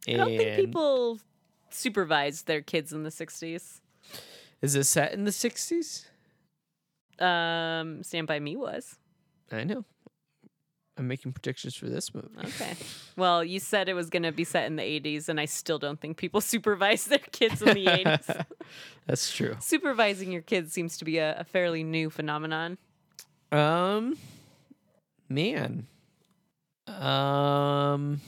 Speaker 1: I don't think
Speaker 2: and-
Speaker 1: people supervised their kids in the 60s.
Speaker 2: Is this set in the sixties?
Speaker 1: Um, Stand By Me was.
Speaker 2: I know. I'm making predictions for this movie.
Speaker 1: Okay. Well, you said it was going to be set in the 80s, and I still don't think people supervise their kids in the 80s.
Speaker 2: That's true.
Speaker 1: Supervising your kids seems to be a, a fairly new phenomenon.
Speaker 2: Um, man. Um,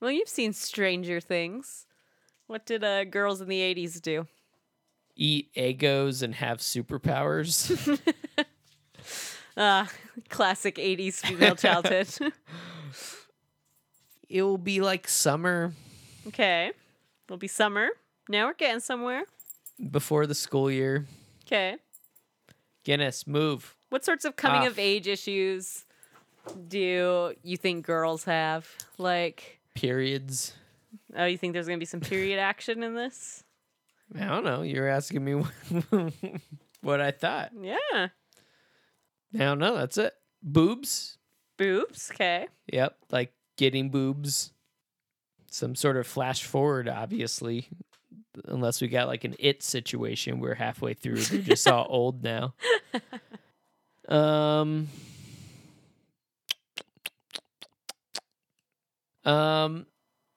Speaker 1: Well, you've seen Stranger Things. What did uh, girls in the 80s do?
Speaker 2: eat egos and have superpowers.
Speaker 1: Ah, classic 80s female childhood.
Speaker 2: it will be like summer
Speaker 1: okay. It'll be summer. Now we're getting somewhere.
Speaker 2: before the school year.
Speaker 1: Okay.
Speaker 2: Guinness, move.
Speaker 1: What sorts of coming
Speaker 2: Ah.
Speaker 1: of age issues do you think girls have? Like,
Speaker 2: Periods.
Speaker 1: oh, you think there's going to be some period action in this?
Speaker 2: I don't know. You're asking me what I thought.
Speaker 1: Yeah.
Speaker 2: I don't know. That's it. Boobs.
Speaker 1: Boobs. Okay.
Speaker 2: Yep. Like getting boobs. Some sort of flash forward, obviously. Unless we got like an it situation. We're halfway through. They're just all old now. Um. Um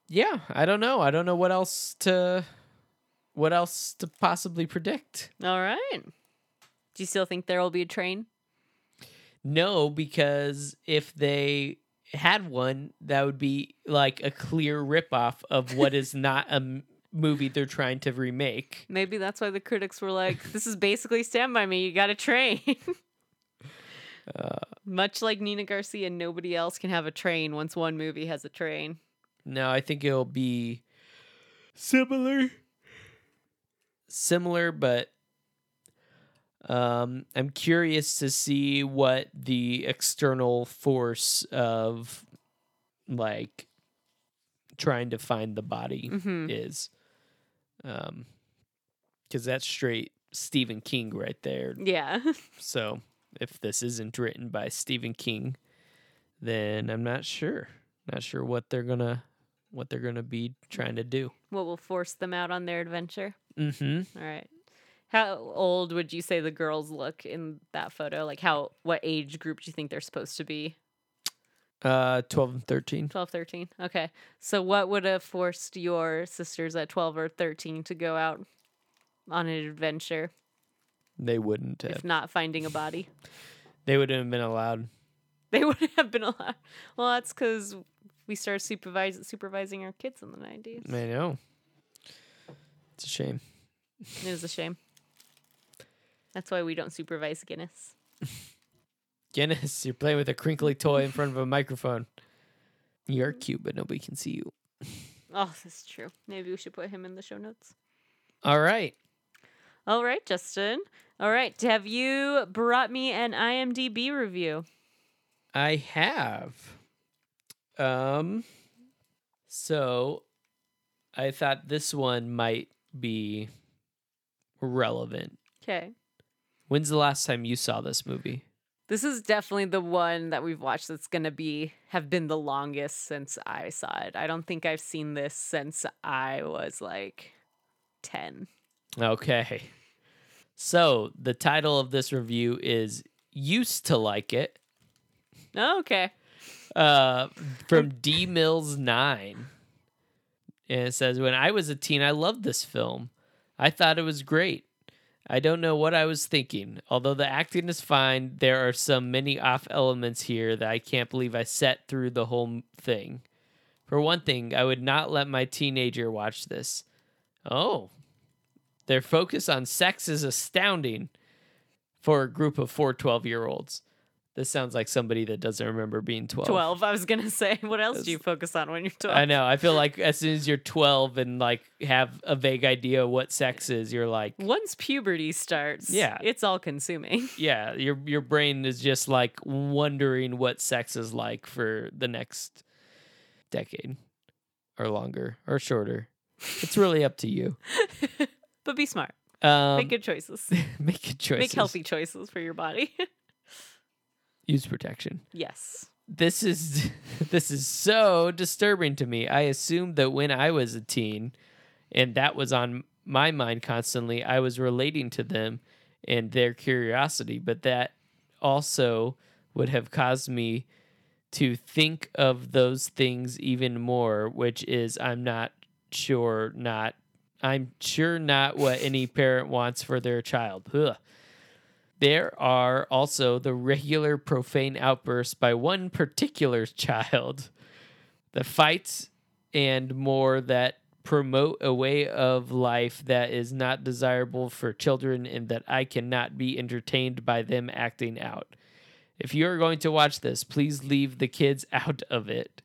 Speaker 2: yeah, I don't know. I don't know what else to what else to possibly predict.
Speaker 1: All right. Do you still think there will be a train?
Speaker 2: No, because if they had one, that would be like a clear ripoff of what is not a m- movie they're trying to remake.
Speaker 1: Maybe that's why the critics were like, this is basically Stand By Me. You got a train.
Speaker 2: Uh,
Speaker 1: Much like Nina Garcia, nobody else can have a train once one movie has a train.
Speaker 2: No, I think it'll be similar. Similar, but um, I'm curious to see what the external force of like trying to find the body
Speaker 1: hmm
Speaker 2: is. Um, because that's straight Stephen King right there.
Speaker 1: Yeah.
Speaker 2: So if this isn't written by Stephen King, then I'm not sure. Not sure what they're gonna what they're gonna be trying to do.
Speaker 1: what will force them out on their adventure?
Speaker 2: Mm-hmm.
Speaker 1: All right. How old would you say the girls look in that photo? Like how what age group do you think they're supposed to be?
Speaker 2: Uh, twelve and thirteen.
Speaker 1: 12, 13. Okay. So what would have forced your sisters at 12 or 13 to go out on an adventure
Speaker 2: They wouldn't
Speaker 1: if
Speaker 2: have.
Speaker 1: not finding a body?
Speaker 2: They wouldn't have been allowed.
Speaker 1: They wouldn't have been allowed. Well, that's cuz we started supervis- supervising our kids in the 90s.
Speaker 2: I know. It's a shame.
Speaker 1: It was a shame. That's why we don't supervise Guinness.
Speaker 2: Guinness, you're playing with a crinkly toy in front of a microphone. You're cute, but nobody can see you.
Speaker 1: Oh, that's true. Maybe we should put him in the show notes.
Speaker 2: All right.
Speaker 1: All right, Justin. All right, have you brought me an IMDb review?
Speaker 2: I have. Um so I thought this one might be relevant.
Speaker 1: Okay.
Speaker 2: When's the last time you saw this movie?
Speaker 1: This is definitely the one that we've watched that's going to be have been the longest since I saw it. I don't think I've seen this since I was like 10.
Speaker 2: Okay. So, the title of this review is Used to Like It
Speaker 1: Oh, okay.
Speaker 2: uh, from D Mills 9. And it says, When I was a teen, I loved this film. I thought it was great. I don't know what I was thinking. Although the acting is fine, there are some many off elements here that I can't believe I set through the whole thing. For one thing, I would not let my teenager watch this. Oh. Their focus on sex is astounding for a group of four 12 year olds. This sounds like somebody that doesn't remember being 12.
Speaker 1: 12, I was going to say. What else do you focus on when you're 12?
Speaker 2: I know. I feel like as soon as you're 12 and like have a vague idea what sex is, you're like,
Speaker 1: Once puberty starts,
Speaker 2: Yeah.
Speaker 1: it's all consuming.
Speaker 2: yeah, your your brain is just like wondering what sex is like for the next decade or longer or shorter. It's really up to you.
Speaker 1: but be smart.
Speaker 2: Um,
Speaker 1: Make good choices.
Speaker 2: make good choices.
Speaker 1: Make healthy choices for your body.
Speaker 2: Use protection.
Speaker 1: yes.
Speaker 2: this is this is so disturbing to me. I assumed that when I was a teen, and that was on my mind constantly, I was relating to them and their curiosity, but that also would have caused me to think of those things even more, which is I'm not sure not I'm sure not what any parent wants for their child. Ugh. There are also the regular profane outbursts by one particular child, the fights and more that promote a way of life that is not desirable for children and that I cannot be entertained by them acting out. If you are going to watch this, please leave the kids out of it.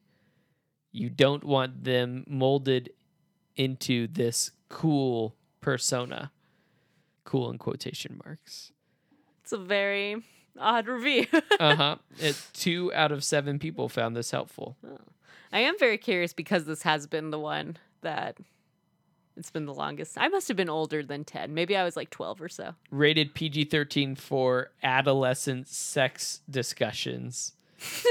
Speaker 2: You don't want them molded into this cool persona. Cool in quotation marks.
Speaker 1: It's a very odd review.
Speaker 2: Uh huh. two out of seven people found this helpful.
Speaker 1: I am very curious because this has been the one that it's been the longest. I must have been older than 10. Maybe I was like 12 or so.
Speaker 2: Rated PG 13 for adolescent sex discussions.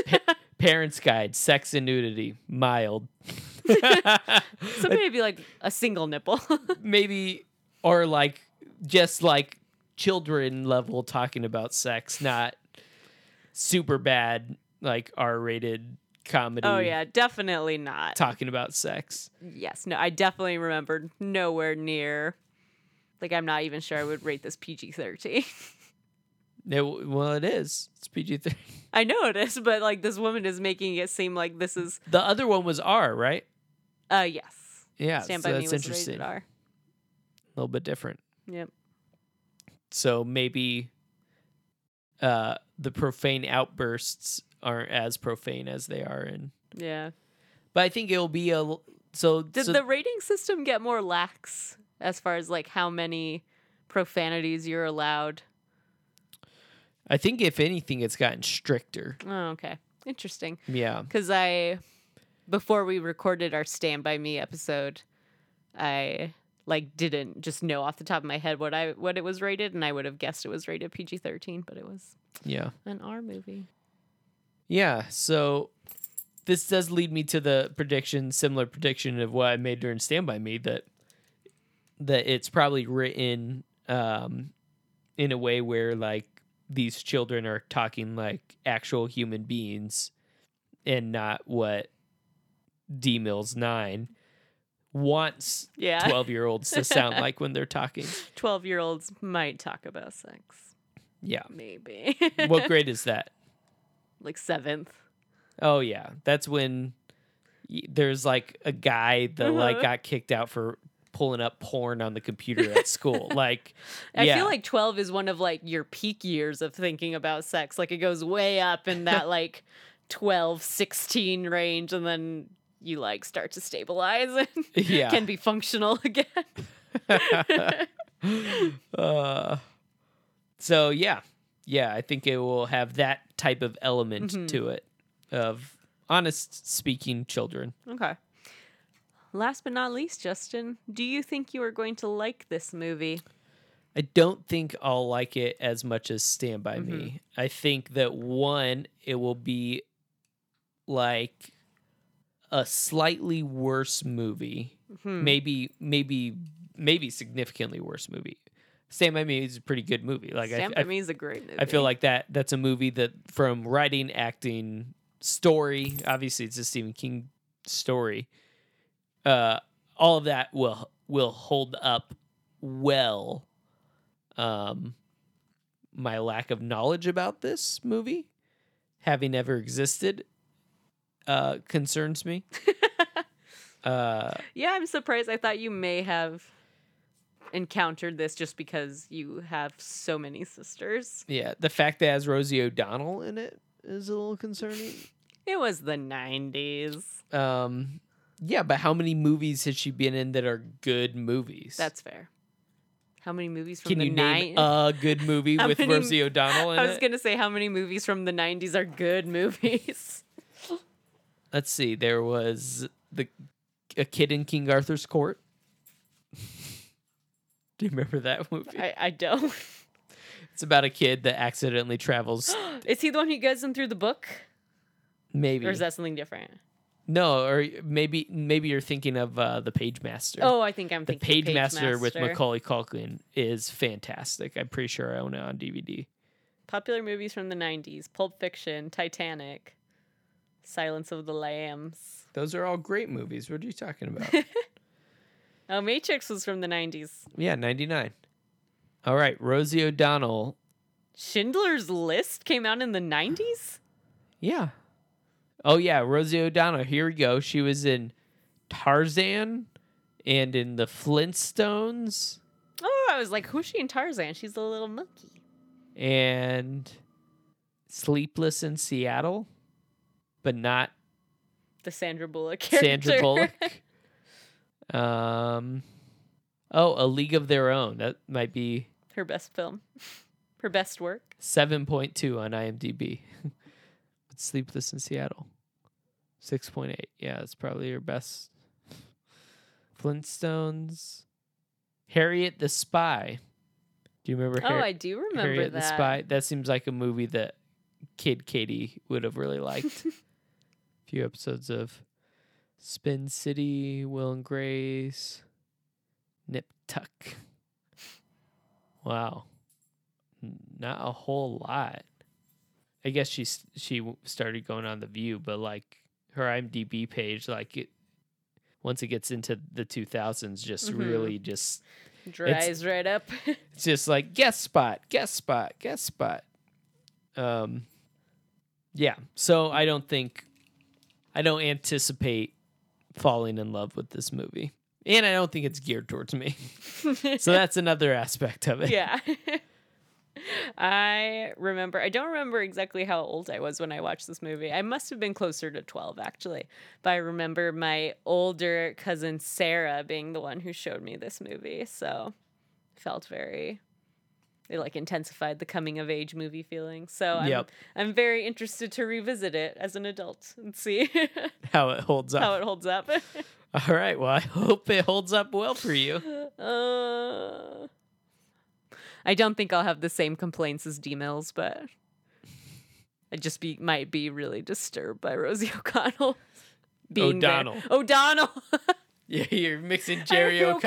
Speaker 2: Pa- Parents Guide, Sex and Nudity, mild.
Speaker 1: So maybe like a single nipple.
Speaker 2: maybe or like just like children level talking about sex, not super bad like R rated comedy
Speaker 1: oh, yeah, definitely not.
Speaker 2: talking about sex.
Speaker 1: Yes, no, I definitely remembered nowhere near. Like, I'm not even sure I would rate this PG 13.
Speaker 2: It, well, it is. It's PG three.
Speaker 1: I know it is, but like, this woman is making it seem like this is,
Speaker 2: The other one was R, right?
Speaker 1: uh, yes.
Speaker 2: Yeah,
Speaker 1: Stand
Speaker 2: so
Speaker 1: by me
Speaker 2: that's
Speaker 1: was
Speaker 2: interesting.
Speaker 1: rated
Speaker 2: A
Speaker 1: R.
Speaker 2: little bit different.
Speaker 1: Yep.
Speaker 2: So maybe uh, the profane outbursts aren't as profane as they are in.
Speaker 1: Yeah.
Speaker 2: But I think it'll be a l- so.
Speaker 1: Did
Speaker 2: so
Speaker 1: the rating system get more lax as far as like how many profanities you're allowed?
Speaker 2: I think if anything, it's gotten stricter.
Speaker 1: Oh, okay. Interesting.
Speaker 2: Yeah.
Speaker 1: Because I, before we recorded our Stand By Me episode, I like didn't just know off the top of my head what I what it was rated, and I would have guessed it was rated PG thirteen, but it was
Speaker 2: Yeah.
Speaker 1: an R movie.
Speaker 2: Yeah. So this does lead me to the prediction, similar prediction of what I made during Stand By Me that that it's probably written um, in a way where like these children are talking like actual human beings and not what D Mills nine wants
Speaker 1: Yeah, twelve,
Speaker 2: twelve year olds to sound like when they're talking.
Speaker 1: year olds might talk about sex,
Speaker 2: Yeah.
Speaker 1: maybe.
Speaker 2: What grade is that?
Speaker 1: like seventh.
Speaker 2: Oh yeah, that's when y- there's like a guy that like
Speaker 1: Uh-huh.
Speaker 2: got kicked out for pulling up porn on the computer at school. like,
Speaker 1: I
Speaker 2: yeah,
Speaker 1: feel like 12 is one of like your peak years of thinking about sex. Like it goes way up in that like 12, 16 range and then you like start to stabilize and
Speaker 2: Yeah.
Speaker 1: can be functional again.
Speaker 2: uh, so yeah, yeah, I think it will have that type of element
Speaker 1: Mhm.
Speaker 2: to it of honest speaking children.
Speaker 1: Okay. Last but not least, Justin, do you think you are going to like this movie?
Speaker 2: I don't think I'll like it as much as Stand By
Speaker 1: Mhm.
Speaker 2: Me. I think that one, it will be like a slightly worse movie.
Speaker 1: Hmm.
Speaker 2: Maybe, maybe, maybe significantly worse movie. Stand By Me is a pretty good movie. Like I,
Speaker 1: Stand
Speaker 2: I,
Speaker 1: by Me is a great movie.
Speaker 2: I feel like that that's a movie that from writing, acting, story, obviously it's a Stephen King story. Uh all of that will will hold up well. Um my lack of knowledge about this movie having ever existed uh concerns me. uh
Speaker 1: Yeah, I'm surprised. I thought you may have encountered this just because you have so many sisters.
Speaker 2: yeah, the fact that it has Rosie O'Donnell in it is a little concerning.
Speaker 1: It was the 90s.
Speaker 2: Um, yeah, but how many movies has she been in that are good movies?
Speaker 1: That's fair. How many movies from
Speaker 2: can
Speaker 1: the
Speaker 2: you
Speaker 1: nineties?
Speaker 2: name a good movie
Speaker 1: How
Speaker 2: with
Speaker 1: many-
Speaker 2: Rosie O'Donnell in
Speaker 1: I was
Speaker 2: it?
Speaker 1: gonna say how many movies from the nineties are good movies.
Speaker 2: Let's see. There was the a kid in King Arthur's court. Do you remember that movie?
Speaker 1: I, I don't.
Speaker 2: It's about a kid that accidentally travels.
Speaker 1: is he the one who guides them through the book,
Speaker 2: Maybe
Speaker 1: or is that something different?
Speaker 2: no, or maybe maybe you're thinking of uh, the Page Master.
Speaker 1: Oh, I think I'm
Speaker 2: the
Speaker 1: thinking
Speaker 2: Page, Master with
Speaker 1: Pagemaster.
Speaker 2: Macaulay Culkin is fantastic. I'm pretty sure I own it on DVD.
Speaker 1: Popular movies from the nineties: Pulp Fiction, Titanic. Silence of the Lambs.
Speaker 2: Those are all great movies. What are you talking about?
Speaker 1: Oh, Matrix was from the 90s.
Speaker 2: yeah, 99. All right, Rosie O'Donnell.
Speaker 1: Schindler's List came out in the 90s?
Speaker 2: Yeah. Oh, yeah, Rosie O'Donnell. Here we go. She was in Tarzan and in The Flintstones
Speaker 1: Oh, I was like, who's she in Tarzan? She's a little monkey.
Speaker 2: and Sleepless in Seattle, but not
Speaker 1: The Sandra Bullock character.
Speaker 2: Sandra Bullock. um, oh, A League of Their Own. That might be
Speaker 1: Her best film. Her best work.
Speaker 2: seven point two on IMDb. But Sleepless in Seattle, six point eight. Yeah, it's probably her best. Flintstones, Harriet the Spy. Do you remember?
Speaker 1: oh,
Speaker 2: Har-
Speaker 1: I do remember
Speaker 2: Harriet
Speaker 1: that.
Speaker 2: the Spy. That seems like a movie that Kid Katie would have really liked. a few episodes of Spin City, Will and Grace, Nip Tuck. Wow, N- not a whole lot. I guess she s- she w- started going on the View, but like her IMDb page, like it. Once it gets into the 2000s, just
Speaker 1: Mhm.
Speaker 2: really just
Speaker 1: Dries right up.
Speaker 2: it's just like guest spot, guest spot, guest spot. Um, yeah. So I don't think, I don't anticipate falling in love with this movie, and I don't think it's geared towards me. so that's another aspect of it.
Speaker 1: yeah. I remember, I don't remember exactly how old I was when I watched this movie. I must have been closer to 12, actually. But I remember my older cousin Sarah being the one who showed me this movie. So felt very, it like intensified the coming of age movie feeling. So I'm,
Speaker 2: Yep.
Speaker 1: I'm very interested to revisit it as an adult and see
Speaker 2: How it holds up.
Speaker 1: how it holds up.
Speaker 2: All right. Well, I hope it holds up well for you.
Speaker 1: Uh, I don't think I'll have the same complaints as D Mills, but I just be might be really disturbed by Rosie O'Connell being there.
Speaker 2: O'Donnell.
Speaker 1: O'Donnell.
Speaker 2: Yeah, you're mixing Jerry
Speaker 1: O'Connell.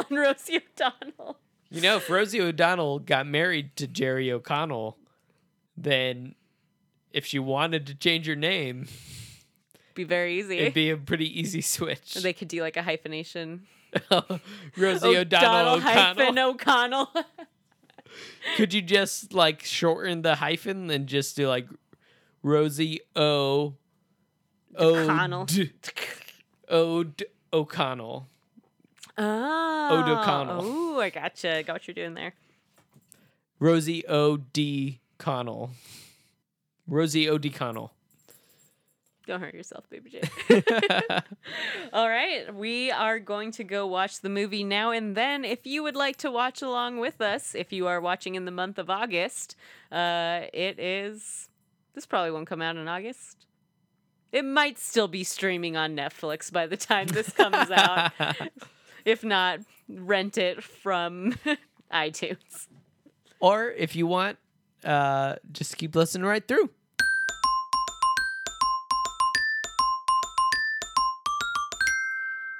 Speaker 2: O'Connell.
Speaker 1: and Rosie O'Donnell.
Speaker 2: You know, if Rosie O'Donnell got married to Jerry O'Connell, then if she wanted to change her name,
Speaker 1: Be very easy.
Speaker 2: It'd be a pretty easy switch. Oh,
Speaker 1: they could do like a hyphenation.
Speaker 2: Rosie O'Donnell,
Speaker 1: hyphen
Speaker 2: O'Connell.
Speaker 1: O'Connell.
Speaker 2: Could you just like shorten the hyphen and just do like Rosie O
Speaker 1: O'Connell.
Speaker 2: O'd- O'd O'Connell?
Speaker 1: oh,
Speaker 2: O'Donnell.
Speaker 1: Ooh, I gotcha. Got what you're doing there.
Speaker 2: Rosie O D Connell. Rosie O D Connell.
Speaker 1: Don't hurt yourself, baby J. All right, we are going to go watch the movie now and then. If you would like to watch along with us, if you are watching in the month of August, uh, it is. This probably won't come out in August. It might still be streaming on Netflix by the time this comes out. if not, rent it from iTunes.
Speaker 2: or if you want, uh, just keep listening right through.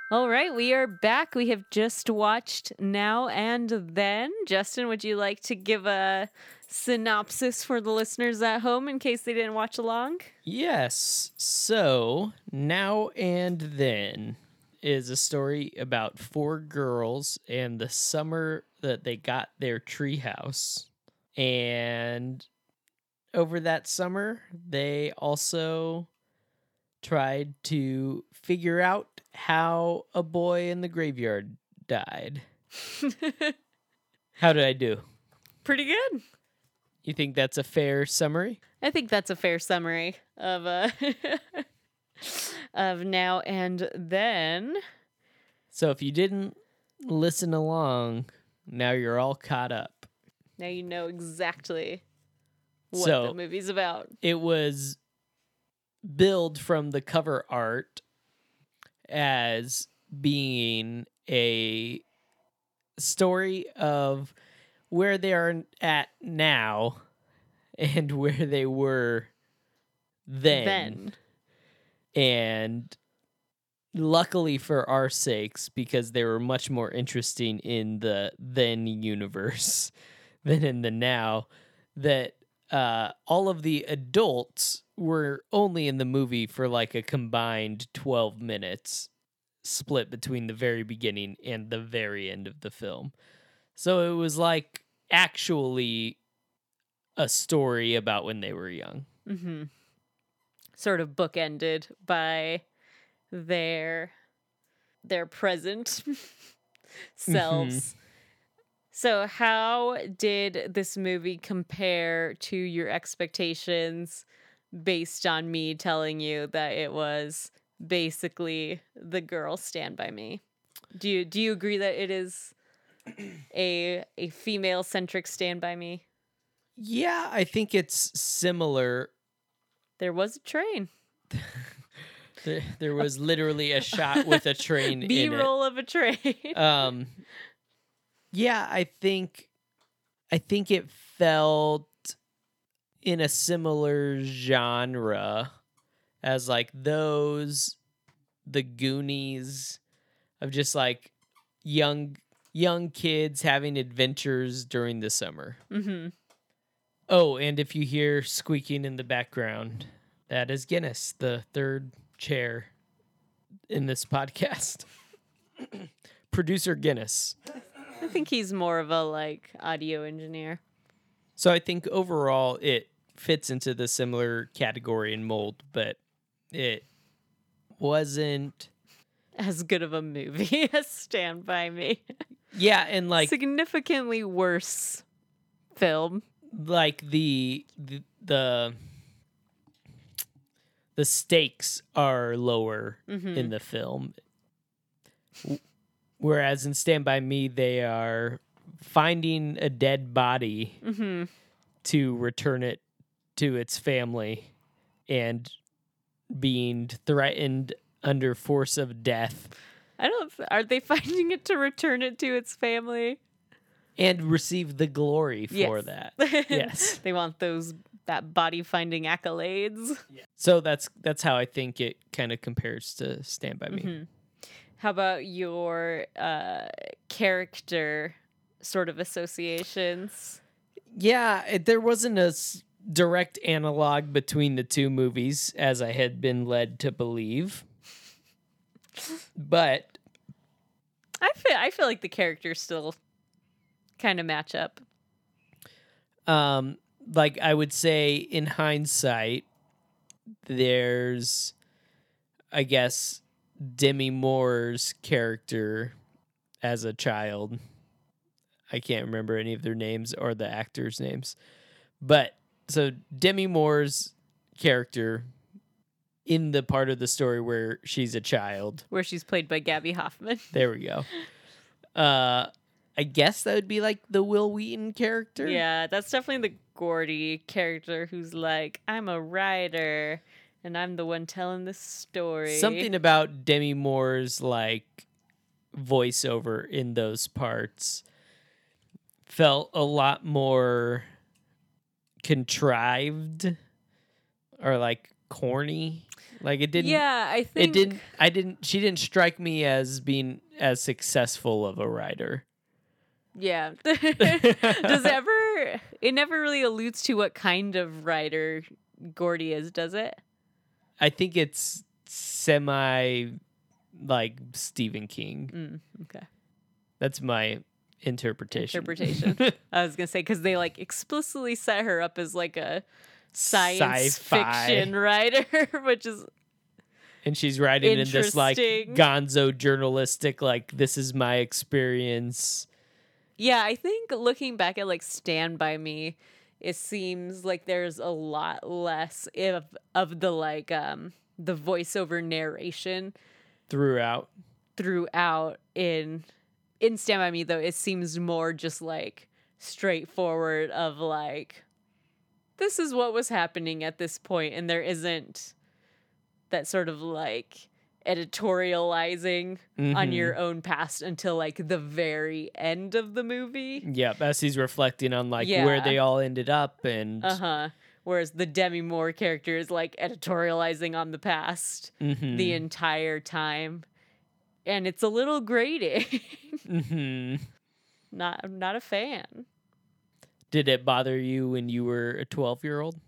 Speaker 1: All right, we are back. We have just watched Now and Then. Justin, would you like to give a synopsis for the listeners at home in case they didn't watch along?
Speaker 2: Yes. So, Now and Then is a story about four girls and the summer that they got their treehouse. And over that summer, they also tried to figure out how a boy in the graveyard died. How did I do?
Speaker 1: Pretty good.
Speaker 2: You think that's a fair summary?
Speaker 1: I think that's a fair summary of uh, of Now and Then.
Speaker 2: So if you didn't listen along, now you're all caught up.
Speaker 1: Now you know exactly what
Speaker 2: So-
Speaker 1: the movie's about.
Speaker 2: It was billed from the cover art as being a story of where they are at now and where they were then. And luckily for our sakes, because they were much more interesting in the then universe than in the now, that uh, all of the adults were only in the movie for like a combined 12 minutes split between the very beginning and the very end of the film. So it was like actually a story about when they were young.
Speaker 1: Mm-hmm. Sort of bookended by their their present
Speaker 2: Mm-hmm.
Speaker 1: selves. So, how did this movie compare to your expectations based on me telling you that it was basically the girl stand by me? Do you do you agree that it is a a female centric stand by me?
Speaker 2: Yeah, I think it's similar.
Speaker 1: There was a train.
Speaker 2: There, there was literally a shot with a train in
Speaker 1: B
Speaker 2: it.
Speaker 1: roll of a train.
Speaker 2: um yeah i think i think it felt in a similar genre as like those the goonies of just like young young kids having adventures during the summer
Speaker 1: hmm
Speaker 2: oh and if you hear squeaking in the background that is guinness the third chair in this podcast producer guinness
Speaker 1: I think he's more of a like audio engineer.
Speaker 2: So I think overall it fits into the similar category and mold, but it wasn't.
Speaker 1: As good of a movie as Stand By Me.
Speaker 2: Yeah, and like
Speaker 1: significantly worse film.
Speaker 2: like the the the, the stakes are lower
Speaker 1: Mhm.
Speaker 2: in the film, W- whereas in Stand by Me they are finding a dead body
Speaker 1: hmm
Speaker 2: to return it to its family and being threatened under force of death
Speaker 1: I don't. Are they finding it to return it to its family?
Speaker 2: and receive the glory for
Speaker 1: Yes.
Speaker 2: that. Yes.
Speaker 1: yes. They want those that body finding accolades.
Speaker 2: So that's that's how I think it kind of compares to Stand by Me.
Speaker 1: Mhm. How about your uh, character sort of associations?
Speaker 2: Yeah, it, there wasn't a s- direct analog between the two movies as I had been led to believe. But
Speaker 1: I feel. I feel like the characters still kind of match up.
Speaker 2: um like i would say in hindsight there's i guess demi moore's character as a child i can't remember any of their names or the actors names but so demi moore's character in the part of the story where she's a child
Speaker 1: Where she's played by Gabby Hoffman.
Speaker 2: there we go uh i guess that would be like the will wheaton character
Speaker 1: Yeah, that's definitely the Gordy character who's like, I'm a writer and I'm the one telling the story.
Speaker 2: Something about Demi Moore's like voiceover in those parts felt a lot more contrived or like corny. Like it didn't
Speaker 1: yeah, I think
Speaker 2: it didn't I didn't she didn't strike me as being as successful of a writer.
Speaker 1: Yeah. does it ever it never really alludes to what kind of writer Gordy is, does it?
Speaker 2: I think it's semi like Stephen King.
Speaker 1: Mm, okay.
Speaker 2: That's my interpretation.
Speaker 1: Interpretation. I was gonna say because they like explicitly set her up as like a science
Speaker 2: Sci-fi.
Speaker 1: fiction writer, which is
Speaker 2: and she's writing in this like
Speaker 1: Interesting.
Speaker 2: gonzo journalistic like this is my experience
Speaker 1: Yeah, I think looking back at like Stand By Me, it seems like there's a lot less of of the like um the voiceover narration
Speaker 2: throughout
Speaker 1: throughout in in Stand By Me though, it seems more just like straightforward of like this is what was happening at this point and there isn't that sort of like editorializing on
Speaker 2: Mhm.
Speaker 1: your own past until like the very end of the movie.
Speaker 2: yep as he's reflecting on like where
Speaker 1: Yeah.
Speaker 2: they all ended up and
Speaker 1: Uh huh. Whereas the Demi Moore character is like editorializing on the past
Speaker 2: Mhm.
Speaker 1: the entire time, and it's a little grating.
Speaker 2: Mhm.
Speaker 1: not I'm not a fan.
Speaker 2: Did it bother you when you were a 12 year old?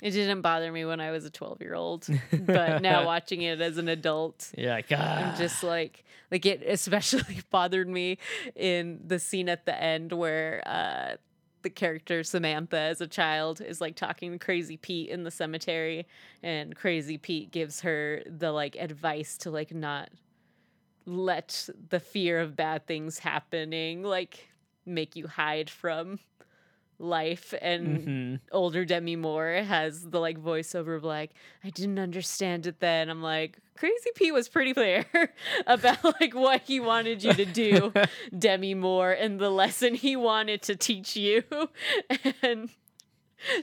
Speaker 1: It didn't bother me when I was a 12 year old, but now watching it as an adult,
Speaker 2: You're like, ah.
Speaker 1: I'm just like, like it especially bothered me in the scene at the end where uh, the character Samantha, as a child, is like talking to Crazy Pete in the cemetery, and Crazy Pete gives her the like advice to like not let the fear of bad things happening like make you hide from life and
Speaker 2: Mhm.
Speaker 1: older Demi Moore has the like voiceover of like, I didn't understand it then. I'm like, Crazy P was pretty clear about like what he wanted you to do, Demi Moore, and the lesson he wanted to teach you. and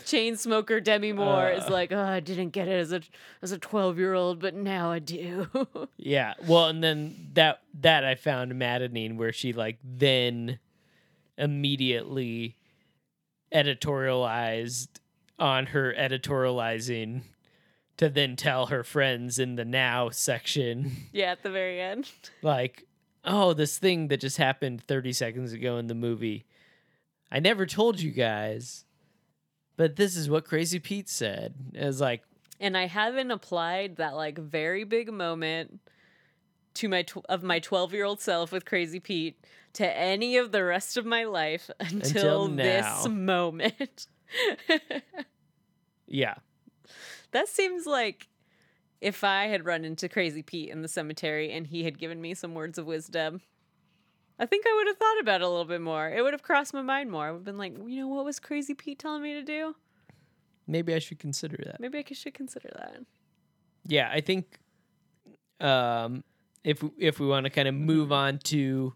Speaker 1: chain smoker Demi Moore is
Speaker 2: Uh.
Speaker 1: like, oh, I didn't get it as a as a twelve year old, but now I do.
Speaker 2: Yeah. Well, and then that that I found maddening where she like then immediately editorialized on her editorializing to then tell her friends in the now section
Speaker 1: yeah, at the very end.
Speaker 2: like, "Oh, this thing that just happened 30 seconds ago in the movie. I never told you guys, but this is what Crazy Pete said." It was like,
Speaker 1: and I haven't applied that like very big moment to my tw- of my 12 year old self with Crazy Pete to any of the rest of my life until,
Speaker 2: Until
Speaker 1: this
Speaker 2: now.
Speaker 1: moment.
Speaker 2: "Yeah,
Speaker 1: that seems like if I had run into Crazy Pete in the cemetery and he had given me some words of wisdom, I think I would have thought about it a little bit more. It would have crossed my mind more. I would have been like, you know, what was Crazy Pete telling me to do?
Speaker 2: maybe I should consider that."
Speaker 1: Maybe I could- should consider that.
Speaker 2: yeah i think um if if we want to kind of move on to
Speaker 1: Mm-hmm.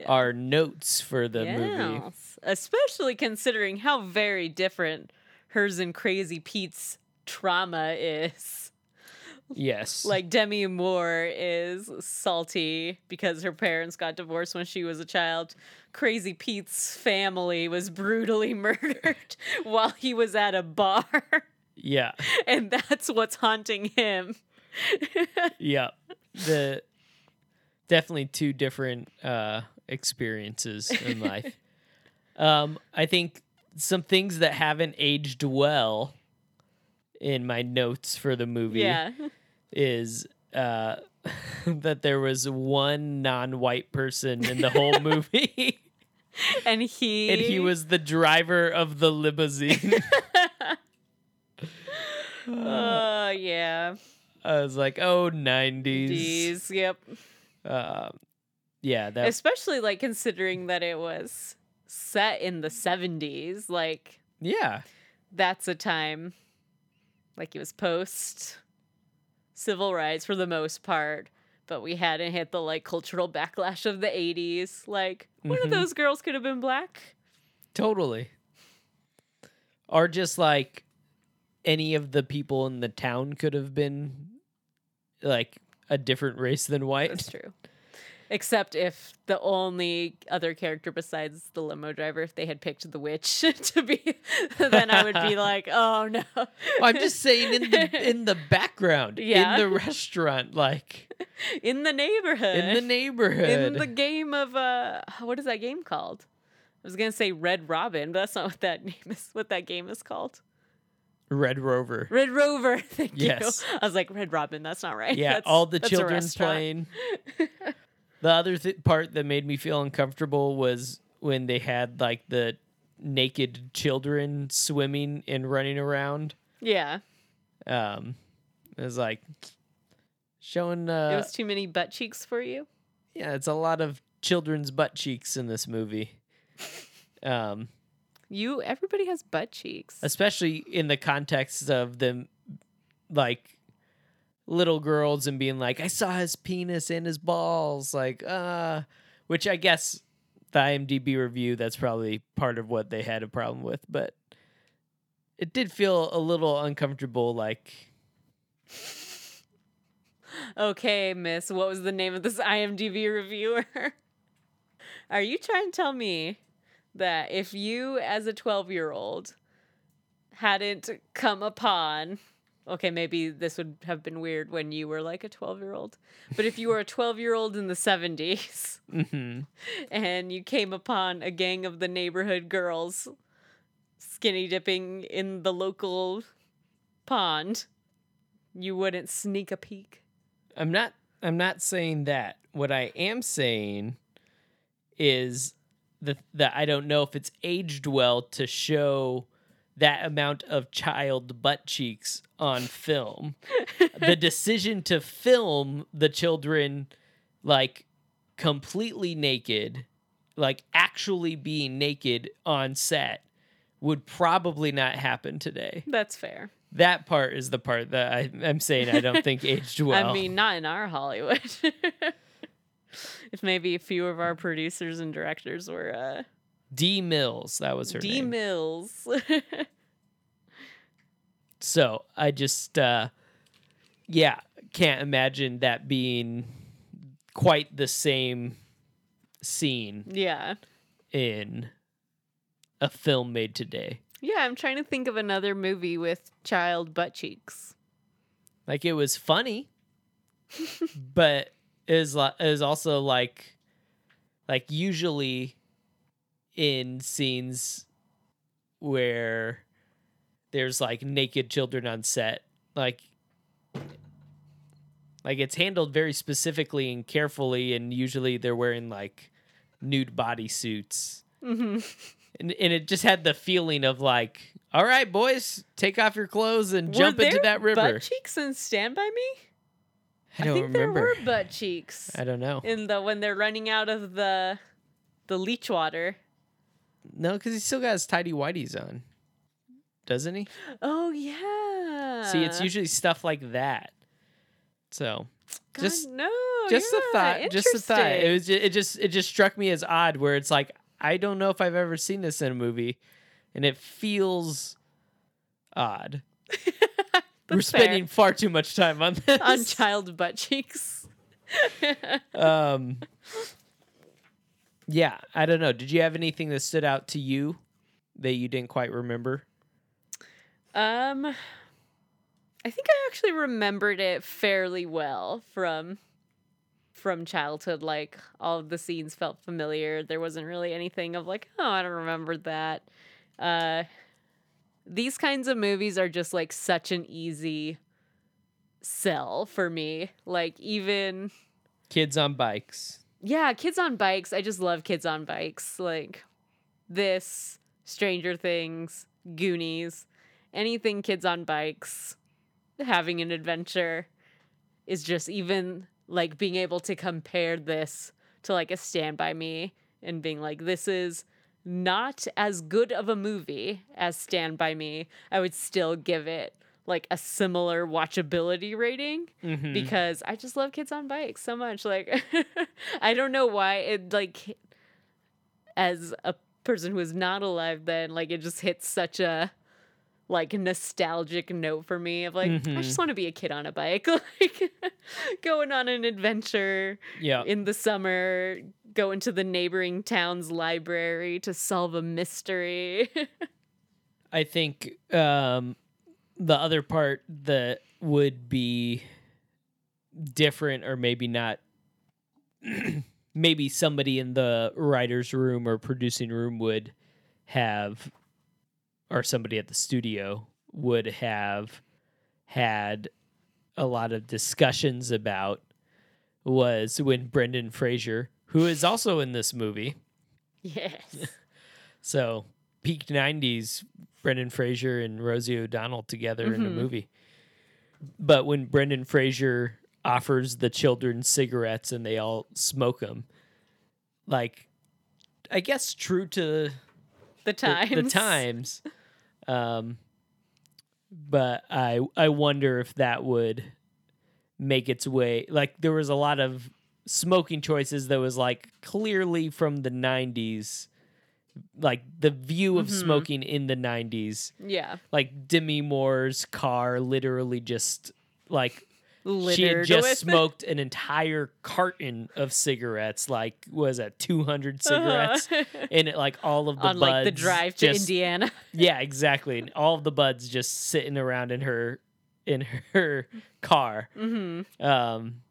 Speaker 1: Yeah.
Speaker 2: our notes for the movie
Speaker 1: Yes, Especially considering how very different hers and Crazy Pete's trauma is.
Speaker 2: yes
Speaker 1: Like Demi Moore is salty because her parents got divorced when she was a child. Crazy Pete's family was brutally murdered while he was at a bar,
Speaker 2: yeah
Speaker 1: and that's what's haunting him.
Speaker 2: yeah the definitely two different uh experiences in life um i think some things that haven't aged well in my notes for the movie
Speaker 1: Yeah.
Speaker 2: is uh, that there was one non-white person in the whole movie,
Speaker 1: And he
Speaker 2: and he was the driver of the limousine.
Speaker 1: Oh yeah.
Speaker 2: I was like, "Oh, nineties,
Speaker 1: Jeez. Yep.
Speaker 2: um, yeah, that
Speaker 1: especially like considering that it was set in the 70s like
Speaker 2: yeah,
Speaker 1: that's a time like it was post civil rights for the most part but we hadn't hit the like cultural backlash of the 80s like one of
Speaker 2: Mhm.
Speaker 1: those girls could have been black
Speaker 2: totally." Or just like any of the people in the town could have been like a different race than
Speaker 1: that's
Speaker 2: white.
Speaker 1: true except if the only other character besides the limo driver if they had picked the witch to be then i would be like oh no
Speaker 2: I'm just saying in the in the background,
Speaker 1: Yeah.
Speaker 2: in the restaurant, like.
Speaker 1: in the neighborhood
Speaker 2: in the neighborhood.
Speaker 1: in the game of uh what is that game called i was gonna say red robin but that's not what that name is what that game is called
Speaker 2: Red Rover.
Speaker 1: red rover thank
Speaker 2: Yes.
Speaker 1: you i was like red robin that's not right
Speaker 2: Yeah,
Speaker 1: That's-
Speaker 2: all the
Speaker 1: that's a
Speaker 2: children
Speaker 1: restaurant.
Speaker 2: playing. the other th- part that made me feel uncomfortable was when they had like the naked children swimming and running around.
Speaker 1: yeah
Speaker 2: Um, it was like showing.
Speaker 1: it
Speaker 2: Uh,
Speaker 1: was too many butt cheeks for you
Speaker 2: yeah, it's a lot of children's butt cheeks in this movie. Um,
Speaker 1: you everybody has butt cheeks
Speaker 2: especially in the context of them like little girls and being like i saw his penis and his balls like uh which i guess the imdb review that's probably part of what they had a problem with but it did feel a little uncomfortable like
Speaker 1: okay miss what was the name of this imdb reviewer are you trying to tell me that if you as a 12 year old hadn't come upon okay maybe this would have been weird when you were like a 12 year old but if you were a 12 year old in the 70s
Speaker 2: mhm.
Speaker 1: and you came upon a gang of the neighborhood girls skinny dipping in the local pond, you wouldn't sneak a peek.
Speaker 2: I'm not I'm not saying that. What I am saying is the that I don't know if it's aged well to show that amount of child butt cheeks on film. the decision to film the children like completely naked, like actually being naked on set would probably not happen today.
Speaker 1: That's fair.
Speaker 2: That part is the part that I, I'm saying I don't think aged well.
Speaker 1: I mean, not in our Hollywood. if maybe a few of our producers and directors were uh,
Speaker 2: D Mills, that was her
Speaker 1: D
Speaker 2: name.
Speaker 1: Mills.
Speaker 2: so I just, uh, yeah, can't imagine that being quite the same scene
Speaker 1: yeah.
Speaker 2: in a film made today.
Speaker 1: Yeah, I'm trying to think of another movie with child butt cheeks.
Speaker 2: Like it was funny, but is is also like, like usually in scenes where there's like naked children on set, like like it's handled very specifically and carefully, and usually they're wearing like nude bodysuits
Speaker 1: hmm
Speaker 2: and, and it just had the feeling of like, all right, boys, take off your clothes and jump into that river.
Speaker 1: Butt cheeks and Stand by Me.
Speaker 2: I don't
Speaker 1: think there
Speaker 2: remember.
Speaker 1: were butt cheeks
Speaker 2: I don't know.
Speaker 1: in the when they're running out of the the leech water.
Speaker 2: No, because he still got his tidy whities on, doesn't he?
Speaker 1: Oh yeah.
Speaker 2: See, it's usually stuff like that. So
Speaker 1: God,
Speaker 2: just-
Speaker 1: no.
Speaker 2: just a
Speaker 1: yeah,
Speaker 2: thought, just a thought. It
Speaker 1: interesting.
Speaker 2: was just, it just it just struck me as odd where it's like I don't know if I've ever seen this in a movie, and it feels odd. We're
Speaker 1: That's fair.
Speaker 2: spending far too much time on this.
Speaker 1: on child butt cheeks.
Speaker 2: um yeah i don't know did you have anything that stood out to you that you didn't quite remember
Speaker 1: Um, I think I actually remembered it fairly well from from childhood. Like all of the scenes felt familiar. There wasn't really anything of like, oh, I don't remember that. Uh, these kinds of movies are just like such an easy sell for me. Like even
Speaker 2: kids on bikes
Speaker 1: yeah, kids on bikes. I just love kids on bikes. Like this, Stranger Things, Goonies, anything kids on bikes, having an adventure is just even like being able to compare this to like a Stand By Me and being like, this is not as good of a movie as Stand By Me. I would still give it like a similar watchability rating
Speaker 2: mm-hmm.
Speaker 1: because I just love kids on bikes so much. Like, I don't know why it like, as a person who is not alive then, like it just hits such a like nostalgic note for me of like I
Speaker 2: Mhm.
Speaker 1: just want to be a kid on a bike, like going on an adventure
Speaker 2: yeah
Speaker 1: in the summer, go into the neighboring town's library to solve a mystery.
Speaker 2: i think um the other part that would be different or maybe not maybe somebody in the writer's room or producing room would have or somebody at the studio would have had a lot of discussions about was when Brendan Fraser, who is also in this movie,
Speaker 1: yes.
Speaker 2: so peak '90s, Brendan Fraser and Rosie O'Donnell together in a
Speaker 1: Mhm.
Speaker 2: movie. But when Brendan Fraser offers the children cigarettes and they all smoke them, like, I guess true to
Speaker 1: The
Speaker 2: the-
Speaker 1: times.
Speaker 2: the times. Um, but I I wonder if that would make its way. Like there was a lot of smoking choices that was like clearly from the '90s, like the view of
Speaker 1: Mhm.
Speaker 2: smoking in the '90s.
Speaker 1: Yeah.
Speaker 2: Like Demi Moore's car, literally just like she had
Speaker 1: Littered
Speaker 2: just
Speaker 1: with
Speaker 2: smoked an entire carton of cigarettes. Like was that 200
Speaker 1: Uh-huh.
Speaker 2: cigarettes? and it, like all of the
Speaker 1: on like the
Speaker 2: buds
Speaker 1: drive to
Speaker 2: just-
Speaker 1: Indiana.
Speaker 2: Yeah, exactly. And all of the buds just sitting around in her in her car.
Speaker 1: hmm
Speaker 2: Um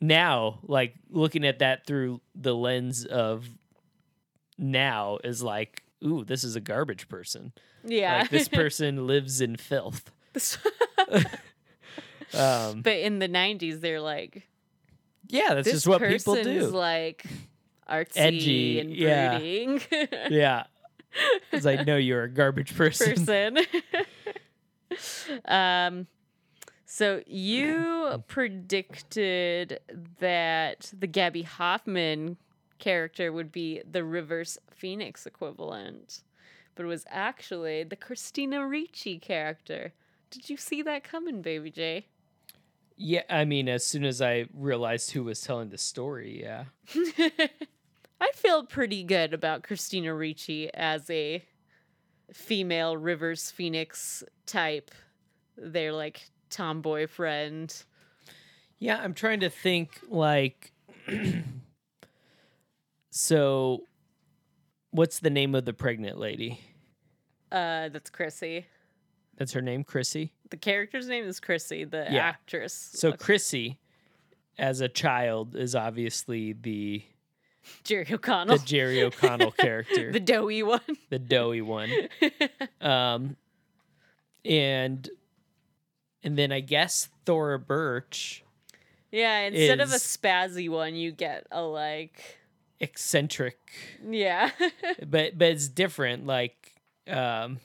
Speaker 2: now, like looking at that through the lens of now is like ooh, this is a garbage person.
Speaker 1: Yeah.
Speaker 2: Like this person lives in filth.
Speaker 1: This-
Speaker 2: Um,
Speaker 1: but in the 90s, they're like,
Speaker 2: yeah, that's
Speaker 1: this
Speaker 2: just what people
Speaker 1: person's
Speaker 2: do.
Speaker 1: like artsy
Speaker 2: Edgy,
Speaker 1: and
Speaker 2: yeah.
Speaker 1: brooding
Speaker 2: yeah. Because I know you're a garbage person.
Speaker 1: person. um, so you predicted that the Gabby Hoffman character would be the reverse Phoenix equivalent, but it was actually the Christina Ricci character. Did you see that coming, Baby J?
Speaker 2: Yeah, I mean, as soon as I realized who was telling the story, yeah.
Speaker 1: I feel pretty good about Christina Ricci as a female Rivers Phoenix type. They're like tomboy friend.
Speaker 2: Yeah, I'm trying to think like so what's the name of the pregnant lady?
Speaker 1: Uh, that's Chrissy.
Speaker 2: That's her name, Chrissy.
Speaker 1: The character's name is Chrissy, the
Speaker 2: Yeah.
Speaker 1: actress.
Speaker 2: So
Speaker 1: Uh,
Speaker 2: Chrissy as a child is obviously the
Speaker 1: Jerry
Speaker 2: the
Speaker 1: O'Connell, the,
Speaker 2: Jerry O'Connell character, the,
Speaker 1: doughy one.
Speaker 2: doughy one. Um and and then I guess Thora Birch,
Speaker 1: yeah, instead of a
Speaker 2: Is-
Speaker 1: spazzy one, you get a like,
Speaker 2: eccentric
Speaker 1: yeah,
Speaker 2: but but it's different like um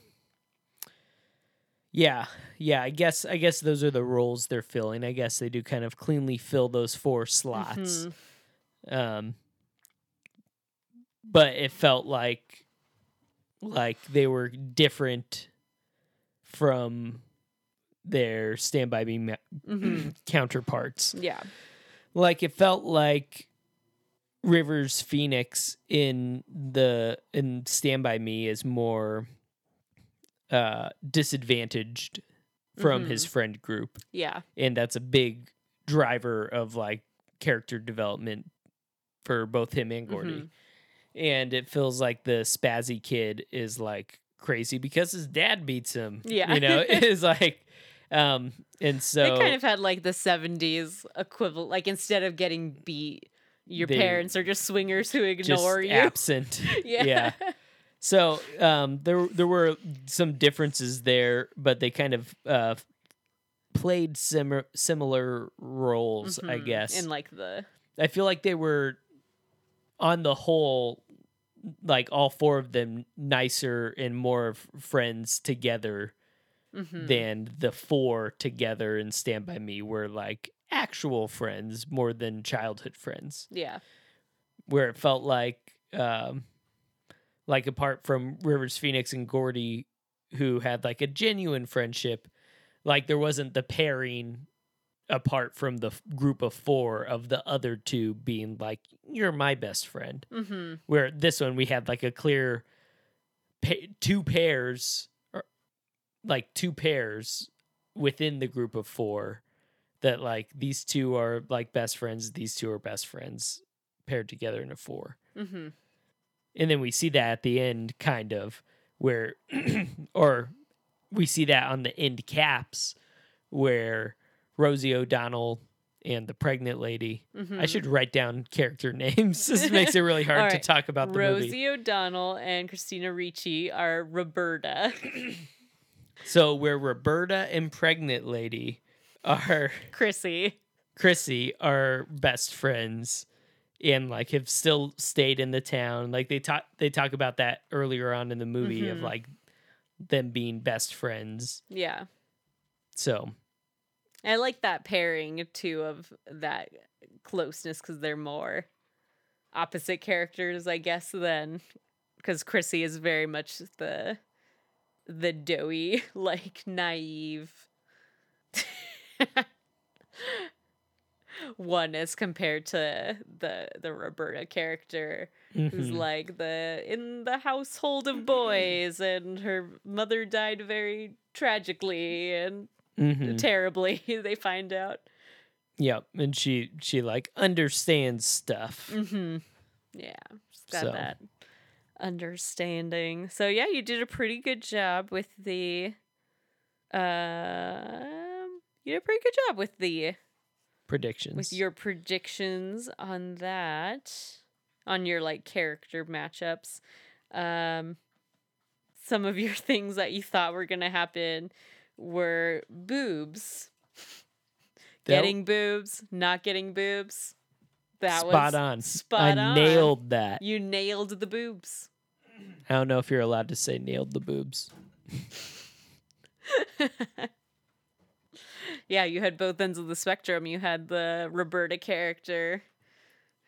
Speaker 2: yeah yeah i guess i guess those are the roles they're filling i guess they do kind of cleanly fill those four slots
Speaker 1: Mhm.
Speaker 2: um but it felt like like they were different from their stand by me ma-
Speaker 1: Mhm.
Speaker 2: counterparts
Speaker 1: yeah,
Speaker 2: like it felt like Rivers Phoenix in the in Stand by Me is more uh disadvantaged from his
Speaker 1: Mm-hmm.
Speaker 2: friend group
Speaker 1: yeah,
Speaker 2: and that's a big driver of like character development for both him and Gordy.
Speaker 1: Mhm.
Speaker 2: And it feels like the spazzy kid is like crazy because his dad beats him.
Speaker 1: Yeah.
Speaker 2: You know, it's like um and so
Speaker 1: they kind of had like the '70s equivalent. Like instead of getting beat, your
Speaker 2: They-
Speaker 1: parents are just swingers who
Speaker 2: just
Speaker 1: ignore you.
Speaker 2: absent. yeah. So um, there there were some differences there, but they kind of uh, played similar similar roles, I
Speaker 1: Mhm.
Speaker 2: guess.
Speaker 1: And like the
Speaker 2: I feel like they were, on the whole, like all four of them nicer and more of friends together
Speaker 1: mhm.
Speaker 2: than the four together in Stand by Me were like actual friends more than childhood friends
Speaker 1: yeah,
Speaker 2: where it felt like um like apart from Rivers Phoenix and Gordy who had like a genuine friendship like there wasn't the pairing apart from the f- group of 4 of the other two being like you're my best friend
Speaker 1: hmm
Speaker 2: where this one we had like a clear pa- two pairs or like two pairs within the group of four that like these two are like best friends these two are best friends paired together in a four
Speaker 1: hmm
Speaker 2: and then we see that at the end kind of where or we see that on the end caps where rosie o'donnell and the pregnant lady
Speaker 1: hmm
Speaker 2: i should write down character names this makes it really hard
Speaker 1: All
Speaker 2: to
Speaker 1: right.
Speaker 2: talk about the
Speaker 1: Rosie
Speaker 2: movie
Speaker 1: O'Donnell and Christina Ricci are Roberta.
Speaker 2: So where Roberta and pregnant lady are
Speaker 1: Chrissy.
Speaker 2: Chrissy are best friends and like have still stayed in the town. Like they talk they talk about that earlier on in the movie of
Speaker 1: Mhm.
Speaker 2: like them being best friends.
Speaker 1: Yeah.
Speaker 2: So
Speaker 1: I like that pairing too of that closeness because they're more opposite characters, I guess, than because Chrissy is very much the the doughy, like naive one as compared to the the Roberta character who's
Speaker 2: mhm.
Speaker 1: like the in the household of boys and her mother died very tragically and
Speaker 2: Mhm.
Speaker 1: terribly they find out
Speaker 2: yeah, and she she like understands stuff.
Speaker 1: mm-hmm. yeah she's got
Speaker 2: So.
Speaker 1: that understanding so yeah you did a pretty good job with the um you did a pretty good job with the
Speaker 2: Predictions.
Speaker 1: with your predictions on that on your like character matchups um some of your things that you thought were going to happen were boobs.
Speaker 2: That-
Speaker 1: Getting boobs, not getting boobs. That
Speaker 2: spot
Speaker 1: was
Speaker 2: on.
Speaker 1: spot
Speaker 2: I
Speaker 1: on.
Speaker 2: nailed that.
Speaker 1: You nailed the boobs.
Speaker 2: I don't know if you're allowed to say nailed the boobs.
Speaker 1: yeah, you had both ends of the spectrum. You had the Roberta character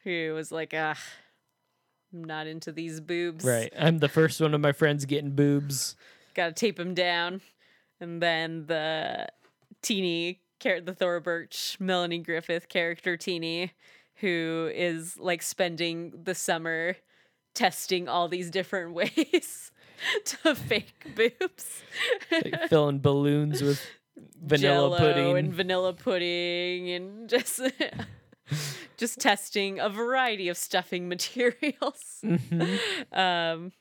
Speaker 1: who was like, ah, I'm not into these boobs.
Speaker 2: Right. I'm the first one of my friends getting boobs.
Speaker 1: Gotta tape them down. And then the teeny, char- the Thora Birch, Melanie Griffith character, teeny, who is like spending the summer testing all these different ways to fake boobs.
Speaker 2: Like filling balloons with
Speaker 1: Jell-O
Speaker 2: vanilla pudding.
Speaker 1: and vanilla pudding and just just testing a variety of stuffing materials.
Speaker 2: Mhm.
Speaker 1: Um,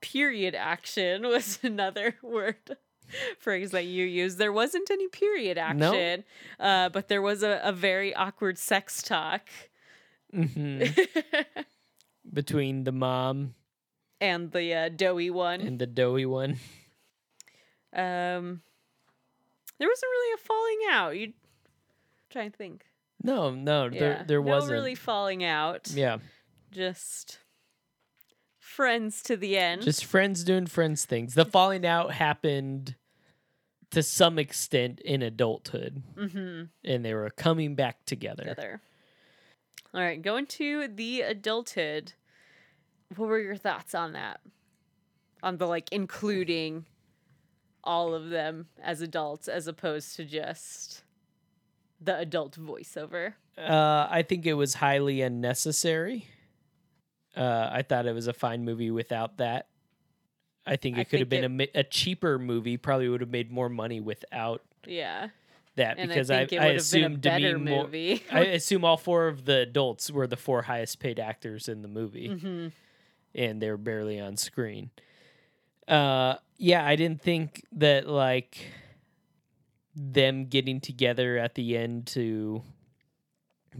Speaker 1: period action was another word phrase that you used. There wasn't any period
Speaker 2: No.
Speaker 1: action, uh, but there was a, a very awkward sex talk.
Speaker 2: Mhm. Between the mom
Speaker 1: and the uh, doughy one.
Speaker 2: and the doughy one.
Speaker 1: Um, there wasn't really a falling out. You try and think.
Speaker 2: No, no, there there
Speaker 1: no
Speaker 2: wasn't.
Speaker 1: really falling out.
Speaker 2: Yeah.
Speaker 1: just friends to the end.
Speaker 2: Just friends doing friends things. The falling out happened to some extent in adulthood
Speaker 1: Mhm.
Speaker 2: and they were coming back together.
Speaker 1: together. All right, going to the adulthood. What were your thoughts on that? On the like including all of them as adults as opposed to just the adult voiceover.
Speaker 2: Uh, I think it was highly unnecessary. Uh, I thought it was a fine movie without that. I think it
Speaker 1: I
Speaker 2: could have
Speaker 1: think
Speaker 2: been a mi- a, cheaper movie. Probably would have made more money without
Speaker 1: Yeah.
Speaker 2: that
Speaker 1: And
Speaker 2: because
Speaker 1: I
Speaker 2: I,
Speaker 1: think
Speaker 2: I
Speaker 1: it would have been a
Speaker 2: assumed to be
Speaker 1: better
Speaker 2: more.
Speaker 1: movie.
Speaker 2: I assume all four of the adults were the four highest paid actors in the movie,
Speaker 1: Mhm.
Speaker 2: and they were barely on screen. Uh, yeah, I didn't think that like them getting together at the end to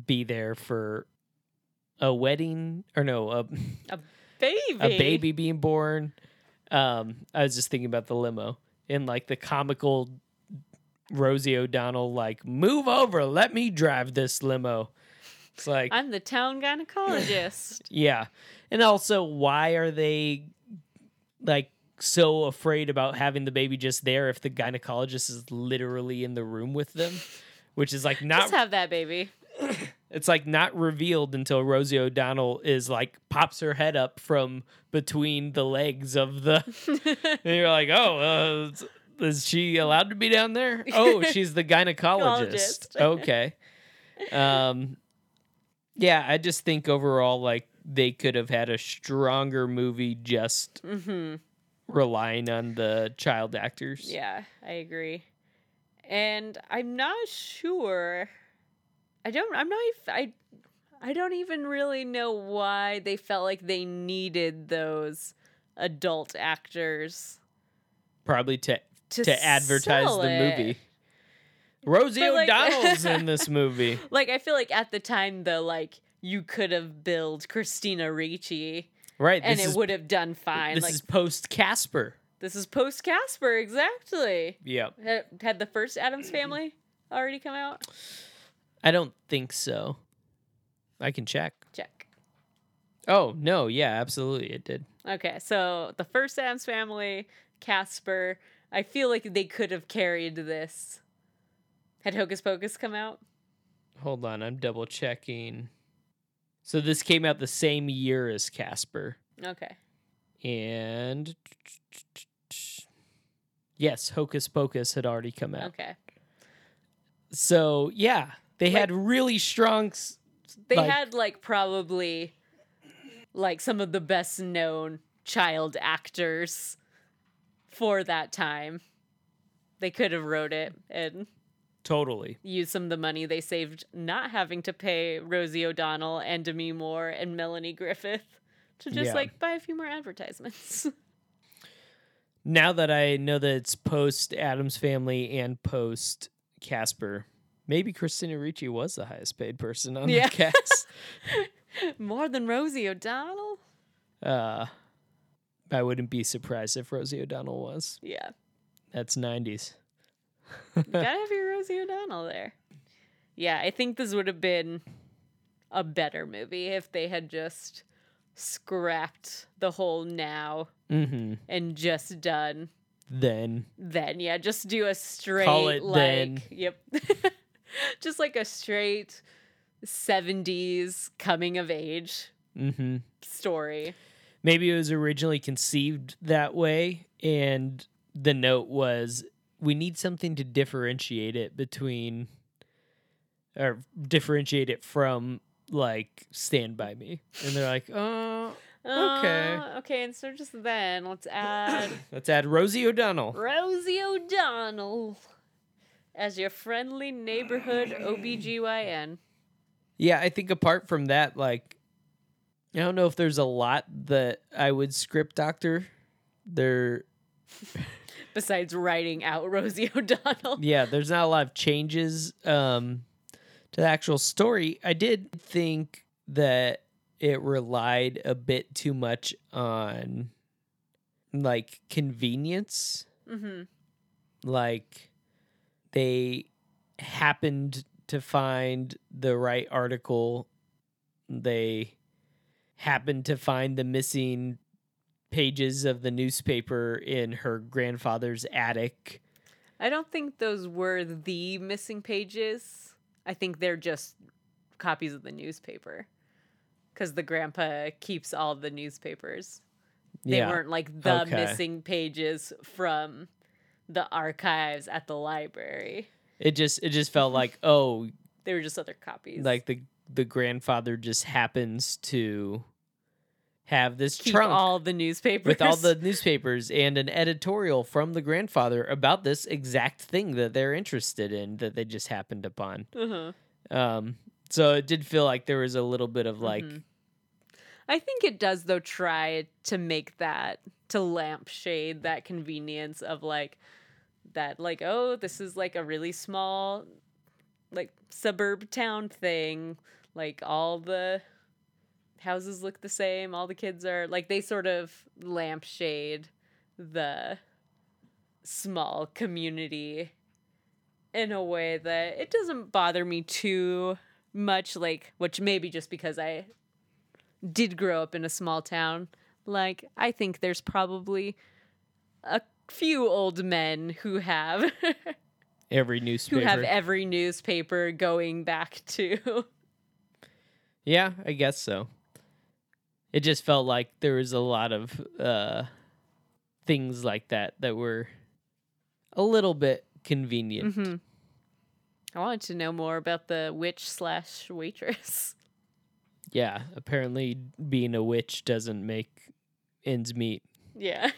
Speaker 2: be there for a wedding or no a,
Speaker 1: Baby.
Speaker 2: a baby being born. Um, I was just thinking about the limo and like the comical Rosie O'Donnell, like move over, let me drive this limo. It's like
Speaker 1: I'm the town gynecologist.
Speaker 2: yeah. And also, why are they like so afraid about having the baby just there if the gynecologist is literally in the room with them? Which is like not
Speaker 1: Just have that baby.
Speaker 2: it's like not revealed until Rosie O'Donnell is like pops her head up from between the legs of the and you're like, "Oh, uh, is- is she allowed to be down there?" Oh, she's the
Speaker 1: Gynecologist.
Speaker 2: gynecologist. okay. Um yeah, I just think overall like they could have had a stronger movie just
Speaker 1: Mhm.
Speaker 2: relying on the child actors.
Speaker 1: Yeah, I agree. And I'm not sure. I don't. I'm not. if- I. I don't even really know why they felt like they needed those adult actors
Speaker 2: Probably to
Speaker 1: to,
Speaker 2: to advertise
Speaker 1: sell
Speaker 2: the
Speaker 1: it.
Speaker 2: movie. Rosie
Speaker 1: But, like-
Speaker 2: O'Donnell's in this movie.
Speaker 1: Like I feel like at the time though, like you could have billed Christina Ricci
Speaker 2: Right.
Speaker 1: and
Speaker 2: this
Speaker 1: it
Speaker 2: is-
Speaker 1: would have done fine.
Speaker 2: This
Speaker 1: like
Speaker 2: is post Casper.
Speaker 1: this is post Casper exactly.
Speaker 2: Yep.
Speaker 1: Had had the first Adams Family already come out?
Speaker 2: I don't think so. I can check.
Speaker 1: Check.
Speaker 2: Oh, no. Yeah, absolutely. It did.
Speaker 1: Okay, so the first Adams Family, Casper. I feel like they could have carried this. Had Hocus Pocus come out?
Speaker 2: Hold on. I'm double checking. So this came out the same year as Casper.
Speaker 1: Okay.
Speaker 2: And. Yes, Hocus Pocus had already come out.
Speaker 1: Okay.
Speaker 2: So, yeah, they
Speaker 1: Like-
Speaker 2: had really strong. s-
Speaker 1: They
Speaker 2: Like-
Speaker 1: had like probably like some of the best known child actors for that time. They could have wrote it and
Speaker 2: Totally.
Speaker 1: used some of the money they saved not having to pay Rosie O'Donnell and Demi Moore and Melanie Griffith to just
Speaker 2: Yeah.
Speaker 1: like buy a few more advertisements.
Speaker 2: now that I know that it's post Adams Family and post Casper, maybe Christina Ricci was the highest paid person on
Speaker 1: Yeah.
Speaker 2: the cast.
Speaker 1: More than Rosie O'Donnell?
Speaker 2: uh, I wouldn't be surprised if Rosie O'Donnell was.
Speaker 1: Yeah.
Speaker 2: That's 90s.
Speaker 1: You gotta have your Rosie O'Donnell there. Yeah, I think this would have been a better movie if they had just scrapped the whole now
Speaker 2: Mm-hmm.
Speaker 1: and just done
Speaker 2: Then
Speaker 1: then. Yeah, just do a straight
Speaker 2: it
Speaker 1: like
Speaker 2: then.
Speaker 1: yep. just like a straight 70s coming of age
Speaker 2: mm-hmm.
Speaker 1: story.
Speaker 2: maybe it was originally conceived that way, and the note was we need something to differentiate it between or differentiate it from like Stand By Me. And they're like, oh, Okay.
Speaker 1: Uh, okay, instead of just then, let's add
Speaker 2: let's add Rosie O'Donnell.
Speaker 1: Rosie O'Donnell as your friendly neighborhood OBGYN.
Speaker 2: Yeah, I think apart from that, like, I don't know if there's a lot that I would script doctor. There,
Speaker 1: Besides writing out Rosie O'Donnell.
Speaker 2: yeah, there's not a lot of changes um, to the actual story. I did think that it relied a bit too much on like convenience.
Speaker 1: Mm-hmm.
Speaker 2: Like they happened to find the right article. They happened to find the missing pages of the newspaper in her grandfather's attic.
Speaker 1: I don't think those were the missing pages. I think they're just copies of the newspaper. Because the grandpa keeps all the newspapers. They weren't like the
Speaker 2: Okay.
Speaker 1: missing pages from the archives at the library.
Speaker 2: It just it just felt like oh
Speaker 1: They were just other copies.
Speaker 2: like the the grandfather just happens to have this
Speaker 1: keep
Speaker 2: trunk
Speaker 1: all the newspapers
Speaker 2: with all the newspapers and an editorial from the grandfather about this exact thing that they're interested in that they just happened upon.
Speaker 1: Uh-huh.
Speaker 2: Um, so it did feel like there was a little bit of like
Speaker 1: Mhm. I think it does though try to make that to lampshade that convenience of like that like oh this is like a really small like suburb town thing like all the houses look the same all the kids are like they sort of lampshade the small community in a way that it doesn't bother me too much like which maybe just because I did grow up in a small town, like I think there's probably a few old men who have
Speaker 2: every
Speaker 1: who
Speaker 2: newspaper.
Speaker 1: have every newspaper going back to. e-,
Speaker 2: yeah, I guess so. It just felt like there was a lot of uh things like that that were a little bit convenient.
Speaker 1: Mhm. I wanted to know more about the witch slash waitress.
Speaker 2: Yeah, apparently being a witch doesn't make ends meet.
Speaker 1: Yeah.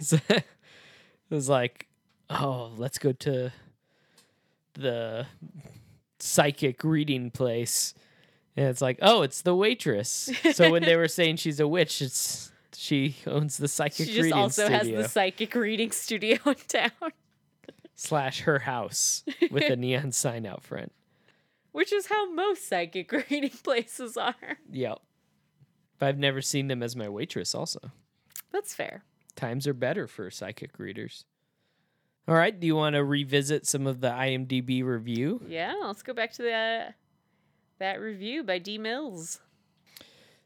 Speaker 2: So, it was like, oh, let's go to the psychic reading place. And it's like, oh, it's the waitress. So when they were saying she's a witch, it's she owns the
Speaker 1: she
Speaker 2: psychic
Speaker 1: just
Speaker 2: reading
Speaker 1: also has
Speaker 2: studio
Speaker 1: the psychic reading studio in town,
Speaker 2: slash her house with a neon sign out front.
Speaker 1: which is how most psychic reading places are.
Speaker 2: Yep. But I've never seen them as my waitress also.
Speaker 1: That's fair.
Speaker 2: times are better for psychic readers. All right, do you want to revisit some of the IMDb review?
Speaker 1: Yeah, let's go back to that that review by D Mills.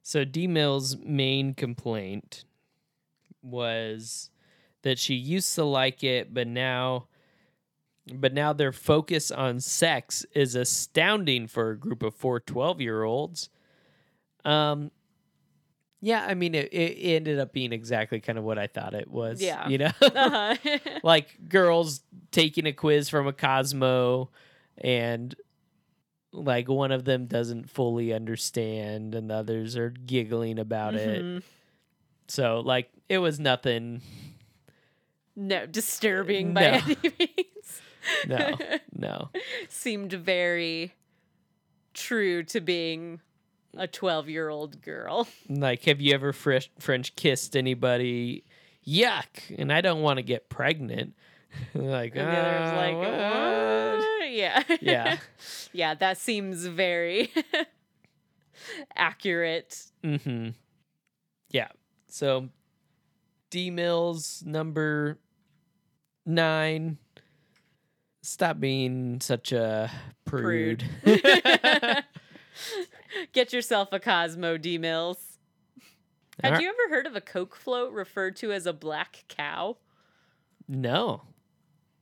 Speaker 2: So, D Mill's main complaint was that she used to like it, but now but now their focus on sex is astounding for a group of four 12 year olds. Um yeah, I mean it, it ended up being exactly kind of what I thought it was.
Speaker 1: Yeah.
Speaker 2: You know?
Speaker 1: Uh-huh.
Speaker 2: like girls taking a quiz from a Cosmo and like one of them doesn't fully understand and the others are giggling about it.
Speaker 1: Mhm.
Speaker 2: So like it was nothing.
Speaker 1: No, disturbing by
Speaker 2: Mm, No.
Speaker 1: any means.
Speaker 2: No. no.
Speaker 1: Seemed very true to being a 12 year old girl.
Speaker 2: Like have you ever fresh French kissed anybody? Yuck. And I don't want to get pregnant. like
Speaker 1: And the other's
Speaker 2: "Uh,
Speaker 1: like,
Speaker 2: what?"
Speaker 1: "What?" Yeah.
Speaker 2: Yeah.
Speaker 1: yeah, that seems very accurate.
Speaker 2: Mm-hmm. Mhm. Yeah. So D Mills number nine. Stop being such a prude.
Speaker 1: Get yourself a Cosmo D Mills. Had
Speaker 2: Alright.
Speaker 1: you ever heard of a Coke float referred to as a black cow?
Speaker 2: no.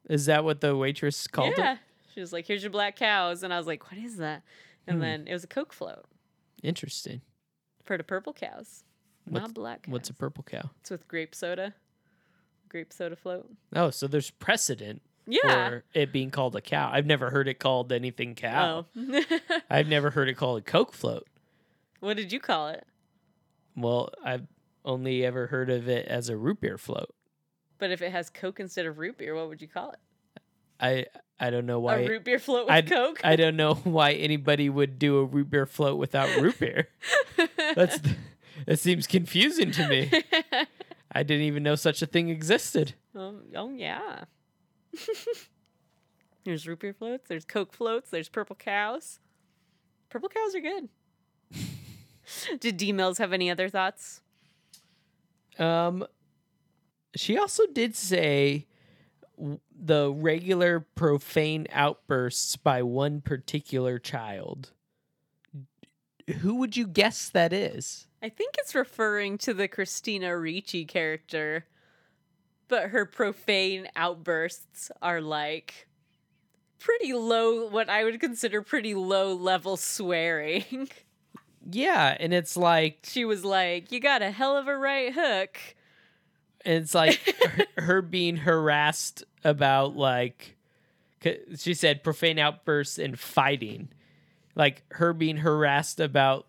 Speaker 2: Is that what the waitress called
Speaker 1: yeah.
Speaker 2: it?
Speaker 1: She was like, here's your black cows. And I was like, what is that? And
Speaker 2: Hmm.
Speaker 1: then it was a Coke float.
Speaker 2: Interesting.
Speaker 1: Heard of purple cows.
Speaker 2: What's-
Speaker 1: not black cows.
Speaker 2: What's a purple cow?
Speaker 1: It's with grape soda. Grape soda float.
Speaker 2: Oh, so there's precedent
Speaker 1: Yeah.
Speaker 2: for it being called a cow. I've never heard it called anything cow.
Speaker 1: Oh.
Speaker 2: I've never heard it called a Coke float.
Speaker 1: what did you call it?
Speaker 2: Well, I've only ever heard of it as a root beer float.
Speaker 1: But if it has Coke instead of root beer, what would you call it?
Speaker 2: I I don't know why
Speaker 1: A root beer float with
Speaker 2: I'd-
Speaker 1: Coke?
Speaker 2: I don't know why anybody would do a root beer float without root beer. That's that seems confusing to me. I didn't even know such a thing existed.
Speaker 1: um, oh, yeah. there's root beer floats. There's Coke floats. There's purple cows. Purple cows are good. Did D Mills have any other thoughts?
Speaker 2: Um, she also did say w- the regular profane outbursts by one particular child. Who would you guess that is?
Speaker 1: I think it's referring to the Christina Ricci character, but her profane outbursts are like pretty low, what I would consider pretty low level swearing.
Speaker 2: Yeah, and it's like
Speaker 1: she was like, You got a hell of a right hook.
Speaker 2: And it's like her, her being harassed about like 'cause she said profane outbursts and fighting like her being harassed about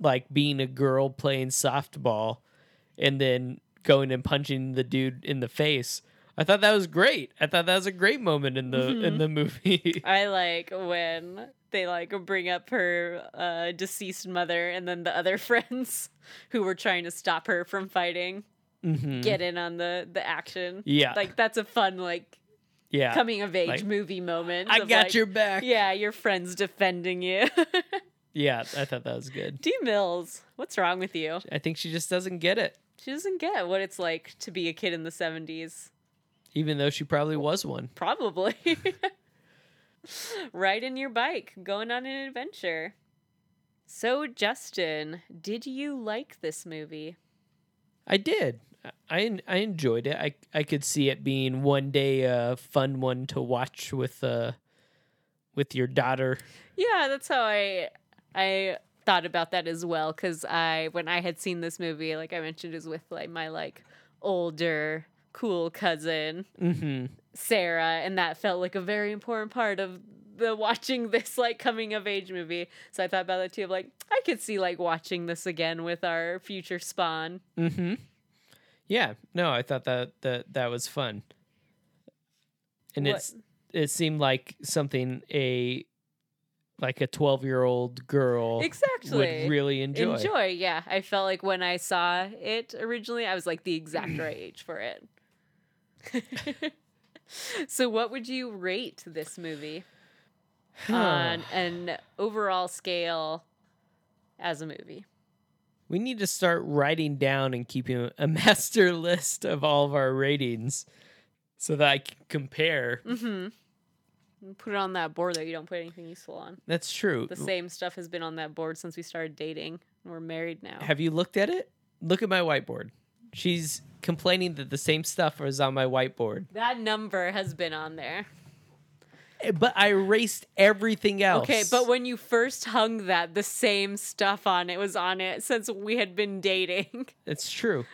Speaker 2: like being a girl playing softball and then going and punching the dude in the face i thought that was great i thought that was a great moment in the in
Speaker 1: Mhm.
Speaker 2: the movie
Speaker 1: I like when they like bring up her uh, deceased mother and then the other friends who were trying to stop her from fighting
Speaker 2: Mhm.
Speaker 1: get in on the the action.
Speaker 2: yeah
Speaker 1: Like that's a fun like
Speaker 2: yeah
Speaker 1: coming of age
Speaker 2: like,
Speaker 1: movie moment.
Speaker 2: i
Speaker 1: of,
Speaker 2: got
Speaker 1: like,
Speaker 2: your back
Speaker 1: Yeah, your friends defending you.
Speaker 2: yeah i thought that was good
Speaker 1: D Mills, what's wrong with you?
Speaker 2: i think she just doesn't get it
Speaker 1: She doesn't get what it's like to be a kid in the 70s.
Speaker 2: even though she probably was one
Speaker 1: Probably. Riding your bike, going on an adventure. So, Justin, did you like this movie?
Speaker 2: I did. I- I I enjoyed it. I I could see it being one day a fun one to watch with uh with your daughter.
Speaker 1: Yeah, that's how I I thought about that as well cuz I when I had seen this movie, like I mentioned is with like my like older cool cousin
Speaker 2: Mm-hmm.
Speaker 1: Sarah, and that felt like a very important part of the watching this like coming of age movie. So I thought about that too of like I could see like watching this again with our future spawn.
Speaker 2: Mm-hmm. Yeah. No, I thought that that that was fun. And
Speaker 1: What-
Speaker 2: it's it seemed like something a like a twelve year old girl
Speaker 1: Exactly.
Speaker 2: would really enjoy.
Speaker 1: yeah. I felt like when I saw it originally, I was like the exact right age for it. so, what would you rate this movie on an overall scale as a movie?
Speaker 2: We need to start writing down and keeping a master list of all of our ratings so that I can compare.
Speaker 1: Mm-hmm. Put it on that board that you don't put anything useful on.
Speaker 2: That's true.
Speaker 1: The same stuff has been on that board since we started dating. We're married now.
Speaker 2: Have you looked at it? Look at my whiteboard. She's complaining that the same stuff is on my whiteboard.
Speaker 1: that number has been on there.
Speaker 2: Eh, But I erased everything else.
Speaker 1: Okay, but when you first hung that, the same stuff on it was on it since we had been dating.
Speaker 2: it's true.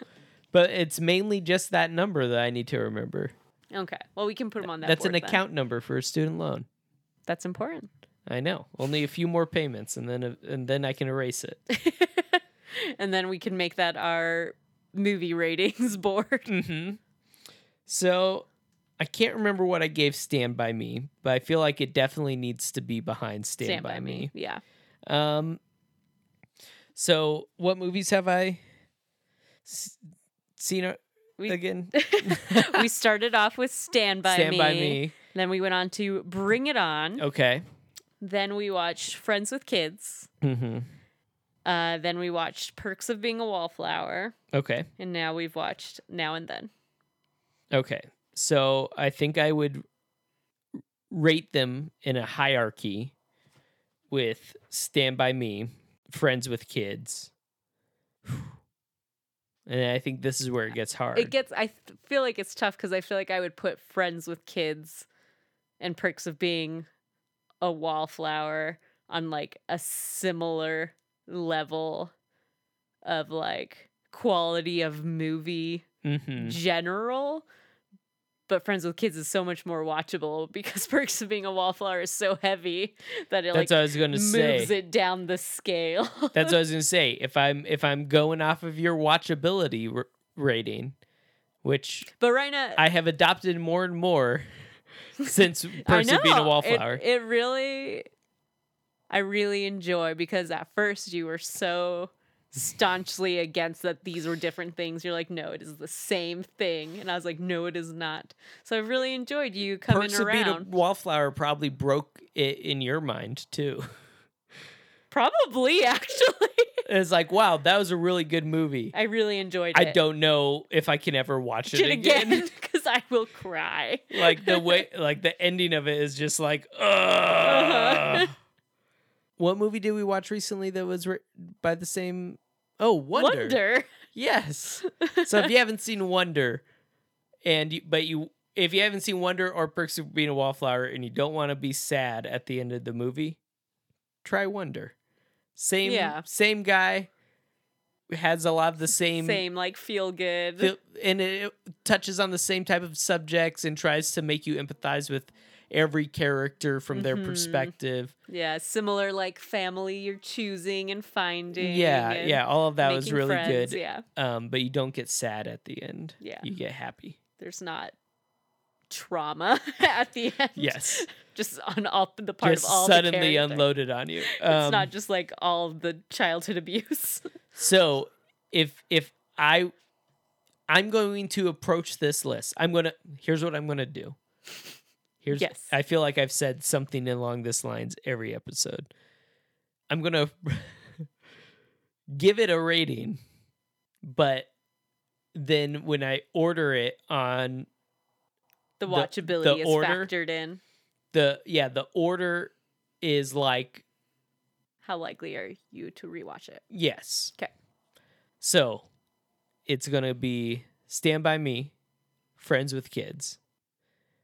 Speaker 2: But it's mainly just that number that I need to remember.
Speaker 1: Okay, well we can put them on that.
Speaker 2: That's an
Speaker 1: board then.
Speaker 2: account number for a student loan.
Speaker 1: That's important.
Speaker 2: I know. Only a few more payments and then and then I can erase it.
Speaker 1: and then we can make that our movie ratings board.
Speaker 2: Mm-hmm. So I can't remember what I gave Stand By Me, but I feel like it definitely needs to be behind Stand, By, Me.
Speaker 1: Yeah.
Speaker 2: Um, so what movies have I s- seen a-
Speaker 1: We-
Speaker 2: again?
Speaker 1: we started off with Stand by
Speaker 2: Stand
Speaker 1: Me.
Speaker 2: By Me. Oh.
Speaker 1: Then we went on to Bring It On.
Speaker 2: Okay.
Speaker 1: Then we watched Friends with Kids.
Speaker 2: Mm-hmm.
Speaker 1: Uh, then we watched Perks of Being a Wallflower,
Speaker 2: Okay.
Speaker 1: and now we've watched Now and Then.
Speaker 2: Okay. So I think I would rate them in a hierarchy with Stand By Me, Friends with Kids. And I think this is where it gets hard.
Speaker 1: It gets. I th- feel like it's tough because I feel like I would put Friends with Kids and Perks of Being a Wallflower on like a similar level of like quality of movie
Speaker 2: hmm
Speaker 1: general. But Friends with Kids is so much more watchable because Perks of Being a Wallflower is so heavy that it like
Speaker 2: That's what I was going to
Speaker 1: moves
Speaker 2: say.
Speaker 1: it down the scale.
Speaker 2: That's what I was gonna say. If I'm if I'm going off of your watchability r- rating, which
Speaker 1: but right now,
Speaker 2: I have adopted more and more since person being a wallflower.
Speaker 1: It, it really, I really enjoy because at first you were so staunchly against that these were different things. You're like, no, it is the same thing, and I was like, no, it is not. So I really enjoyed you coming
Speaker 2: Perks of being a
Speaker 1: around.
Speaker 2: wallflower probably broke it in your mind too.
Speaker 1: Probably actually,
Speaker 2: It's like, wow, that was a really good movie.
Speaker 1: I really enjoyed.
Speaker 2: I
Speaker 1: it.
Speaker 2: don't know if I can ever watch
Speaker 1: Did
Speaker 2: it
Speaker 1: it
Speaker 2: again.
Speaker 1: again because I will cry.
Speaker 2: like the way, like the ending of it is just like, ugh.
Speaker 1: Uh-huh.
Speaker 2: What movie did we watch recently that was ri- by the same? Oh, Wonder. Yes. So if you haven't seen Wonder, and you, but you if you haven't seen Wonder or Perks of Being a Wallflower, and you don't want to be sad at the end of the movie, try Wonder. Same
Speaker 1: Yeah.
Speaker 2: same guy has a lot of the same,
Speaker 1: Same, like feel good.
Speaker 2: feel- and it touches on the same type of subjects and tries to make you empathize with every character from their
Speaker 1: Mhm.
Speaker 2: perspective.
Speaker 1: yeah, similar like family you're choosing and finding.
Speaker 2: yeah,
Speaker 1: and
Speaker 2: yeah, all of that was
Speaker 1: making
Speaker 2: really
Speaker 1: friends.
Speaker 2: good.
Speaker 1: Yeah,
Speaker 2: Um, but you don't get sad at the end.
Speaker 1: Yeah.
Speaker 2: You get happy.
Speaker 1: there's not trauma at the end.
Speaker 2: Yes.
Speaker 1: just on all the part
Speaker 2: just
Speaker 1: of all
Speaker 2: suddenly
Speaker 1: the character.
Speaker 2: unloaded on you.
Speaker 1: it's
Speaker 2: Um,
Speaker 1: not just like all the childhood abuse.
Speaker 2: so if if I I'm going to approach this list. I'm gonna here's what I'm gonna do. Here's
Speaker 1: Yes.
Speaker 2: I feel like I've said something along this lines every episode. I'm gonna give it a rating, but then when I order it on
Speaker 1: The
Speaker 2: The-
Speaker 1: watchability
Speaker 2: the
Speaker 1: is
Speaker 2: order-
Speaker 1: factored in.
Speaker 2: the yeah, the order is like
Speaker 1: How likely are you to rewatch it?
Speaker 2: Yes.
Speaker 1: 'Kay.
Speaker 2: So it's going to be Stand By Me, Friends with Kids,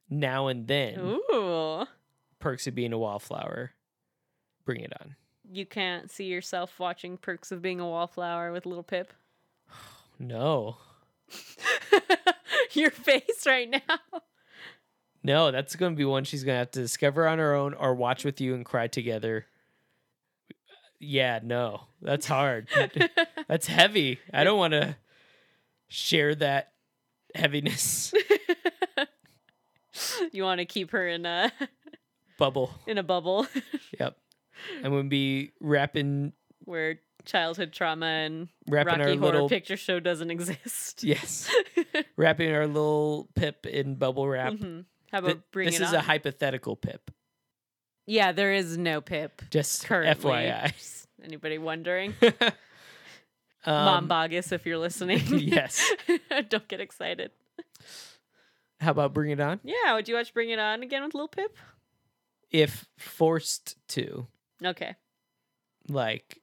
Speaker 2: Now and Then,
Speaker 1: Ooh,
Speaker 2: Perks of Being a Wallflower, Bring It On.
Speaker 1: you can't see yourself watching Perks of Being a Wallflower with Little Pip.
Speaker 2: No,
Speaker 1: Your face right now.
Speaker 2: no, that's going to be one she's going to have to discover on her own or watch with you and cry together. Yeah, no, that's hard. that's heavy. I don't want to share that heaviness
Speaker 1: you want to keep her in a
Speaker 2: bubble.
Speaker 1: in a bubble
Speaker 2: Yep. I'm going to be wrapping
Speaker 1: where childhood trauma and
Speaker 2: wrapping
Speaker 1: Rocky
Speaker 2: our
Speaker 1: Horror
Speaker 2: little
Speaker 1: Picture Show doesn't exist.
Speaker 2: yes, wrapping our little pip in bubble wrap.
Speaker 1: Mhm. How about
Speaker 2: Th-
Speaker 1: bring
Speaker 2: this
Speaker 1: it
Speaker 2: is
Speaker 1: on?
Speaker 2: a hypothetical pip.
Speaker 1: yeah, there is no Pip
Speaker 2: Just
Speaker 1: currently.
Speaker 2: FYI.
Speaker 1: Just Anybody wondering? Mom
Speaker 2: Um,
Speaker 1: Bogus, if you're listening.
Speaker 2: yes.
Speaker 1: Don't get excited.
Speaker 2: How about bring it on?
Speaker 1: Yeah, would you watch Bring It On again with Lil Pip?
Speaker 2: If forced to,
Speaker 1: Okay.
Speaker 2: like,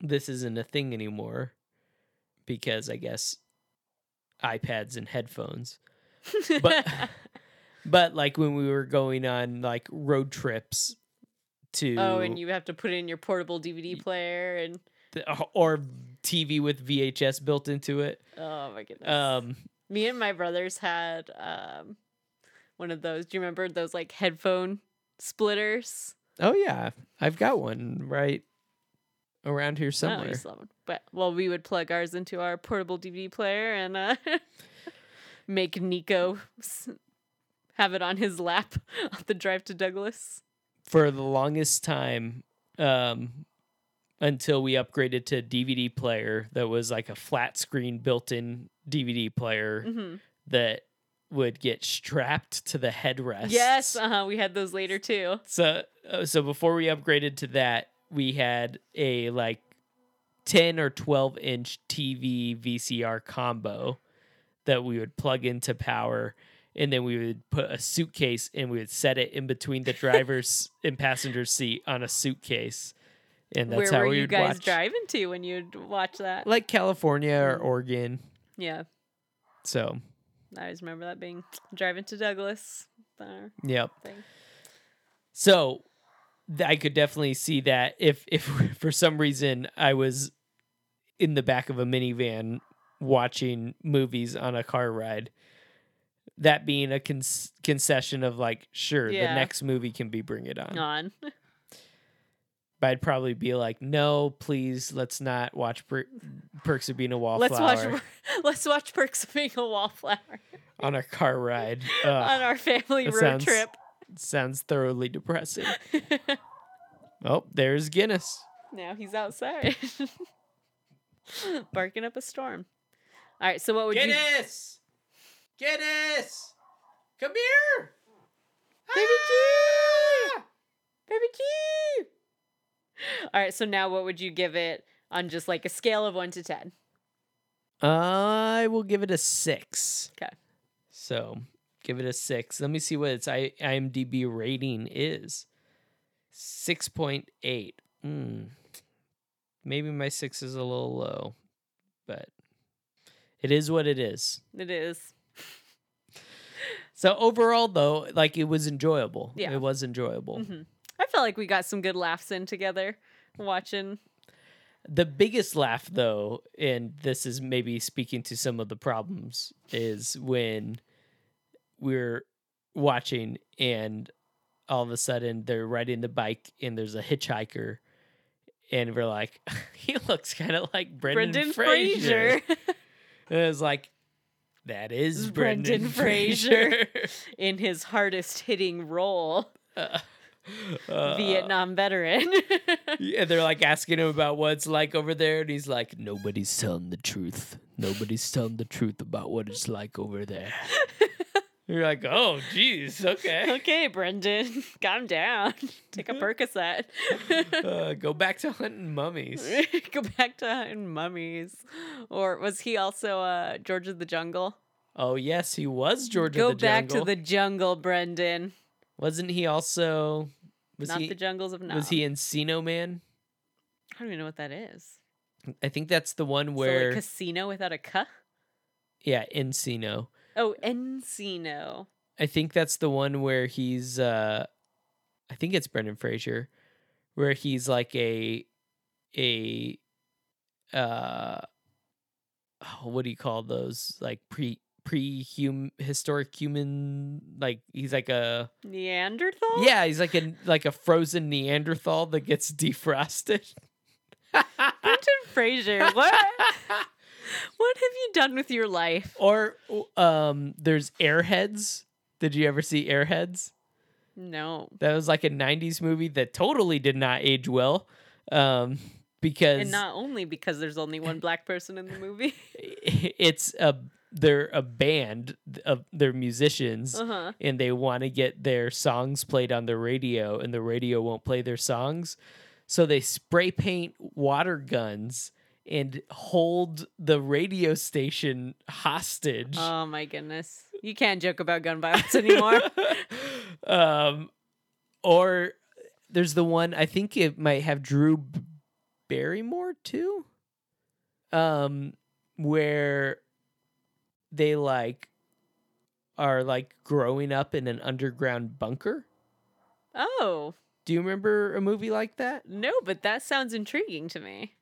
Speaker 2: this isn't a thing anymore, because I guess iPads and headphones. But- But like when we were going on like road trips to
Speaker 1: oh, and you have to put in your portable DVD player and
Speaker 2: the- or TV with VHS built into it.
Speaker 1: oh my goodness.
Speaker 2: Um,
Speaker 1: Me and my brothers had um one of those. Do you remember those like headphone splitters?
Speaker 2: Oh yeah, I've got one right around here
Speaker 1: I don't
Speaker 2: somewhere.
Speaker 1: use that one. But well, we would plug ours into our portable DVD player and uh, make Nico s- have it on his lap on the drive to Douglas.
Speaker 2: For the longest time, um, until we upgraded to DVD player, that was like a flat screen built-in DVD player
Speaker 1: hmm
Speaker 2: that would get strapped to the headrest.
Speaker 1: Yes, uh-huh, we had those later too.
Speaker 2: So uh, so before we upgraded to that, we had a like 10 or 12 inch TV VCR combo that we would plug into power. And then we would put a suitcase and we would set it in between the driver's and passenger's seat on a suitcase. And that's
Speaker 1: Where
Speaker 2: how
Speaker 1: were
Speaker 2: we
Speaker 1: you
Speaker 2: would
Speaker 1: guys
Speaker 2: watch.
Speaker 1: driving to when you'd watch that?
Speaker 2: Like California or
Speaker 1: Mm.
Speaker 2: Oregon.
Speaker 1: Yeah,
Speaker 2: So,
Speaker 1: I always remember that being driving to Douglas. There.
Speaker 2: yep.
Speaker 1: Thing.
Speaker 2: So th- I could definitely see that if if for some reason I was in the back of a minivan watching movies on a car ride, that being a con- concession of like, sure,
Speaker 1: Yeah.
Speaker 2: the next movie can be Bring It On.
Speaker 1: On.
Speaker 2: But I'd probably be like, no, please, let's not watch per- Perks of Being a Wallflower
Speaker 1: Let's watch let's watch Perks of Being a Wallflower
Speaker 2: on a car ride. Ugh,
Speaker 1: on our family
Speaker 2: that
Speaker 1: road
Speaker 2: sounds-
Speaker 1: trip.
Speaker 2: sounds thoroughly depressing. oh, there's Guinness.
Speaker 1: now he's outside. Barking up a storm. All right, so what would you
Speaker 2: Guinness! Guinness! Come here!
Speaker 1: Baby
Speaker 2: Q!
Speaker 1: Baby Q. All right, so now what would you give it on just like a scale of 1 to 10?
Speaker 2: I will give it a six.
Speaker 1: 'Kay.
Speaker 2: So give it a six. Let me see what its I- IMDb rating is 6.8. Mm. Maybe my six is a little low, but it is what it is.
Speaker 1: It is.
Speaker 2: So overall, though, like it was enjoyable.
Speaker 1: Yeah.
Speaker 2: It was enjoyable.
Speaker 1: Mhm. I felt like we got some good laughs in together watching.
Speaker 2: The biggest laugh, though, and this is maybe speaking to some of the problems, is when we're watching and all of a sudden they're riding the bike and there's a hitchhiker, and we're like, he looks kind of like Brendan,
Speaker 1: Brendan
Speaker 2: Fraser.
Speaker 1: Fraser
Speaker 2: And it's like, that is Brendan,
Speaker 1: Brendan
Speaker 2: Fraser.
Speaker 1: in his hardest hitting role,
Speaker 2: Uh, uh,
Speaker 1: Vietnam veteran.
Speaker 2: Yeah, they're like asking him about what it's like over there, and he's like, "Nobody's telling the truth. Nobody's telling the truth about what it's like over there." You're like, "Oh, jeez, okay,
Speaker 1: okay, Brendan, calm down. Take
Speaker 2: Mm-hmm.
Speaker 1: a Percocet.
Speaker 2: uh, go back to hunting mummies."
Speaker 1: Go back to hunting mummies. Or was he also uh, George of the Jungle?
Speaker 2: Oh yes, he was George
Speaker 1: Go
Speaker 2: of the
Speaker 1: back
Speaker 2: Jungle.
Speaker 1: to the jungle, Brendan.
Speaker 2: Wasn't he also? Was
Speaker 1: Not
Speaker 2: he?
Speaker 1: the jungles of Nam.
Speaker 2: was he Encino Man?
Speaker 1: I don't even know what that is.
Speaker 2: I think that's the one
Speaker 1: Where
Speaker 2: where,
Speaker 1: casino without a cuh?
Speaker 2: yeah, Encino.
Speaker 1: Oh, Encino.
Speaker 2: I think that's the one where he's uh I think it's Brendan Fraser where he's like a a uh oh, what do you call those like pre pre hum historic human like he's like a
Speaker 1: Neanderthal.
Speaker 2: yeah he's like a like a frozen neanderthal that gets defrosted
Speaker 1: Brendan Fraser. What? what have you done with your life?
Speaker 2: or um there's airheads did you ever see airheads
Speaker 1: No.
Speaker 2: That was like a 90s movie that totally did not age well. Um, because
Speaker 1: And not only because there's only one black person in the movie.
Speaker 2: it's a they're a band of they're musicians
Speaker 1: Uh huh.
Speaker 2: and they want to get their songs played on the radio and the radio won't play their songs. So they spray paint water guns and hold the radio station hostage.
Speaker 1: Oh my goodness. You can't joke about gun violence anymore.
Speaker 2: um, or there's the one I think it might have Drew B- Barrymore too. Um, where they like are like growing up in an underground bunker.
Speaker 1: oh,
Speaker 2: Do you remember a movie like that?
Speaker 1: no, but that sounds intriguing to me.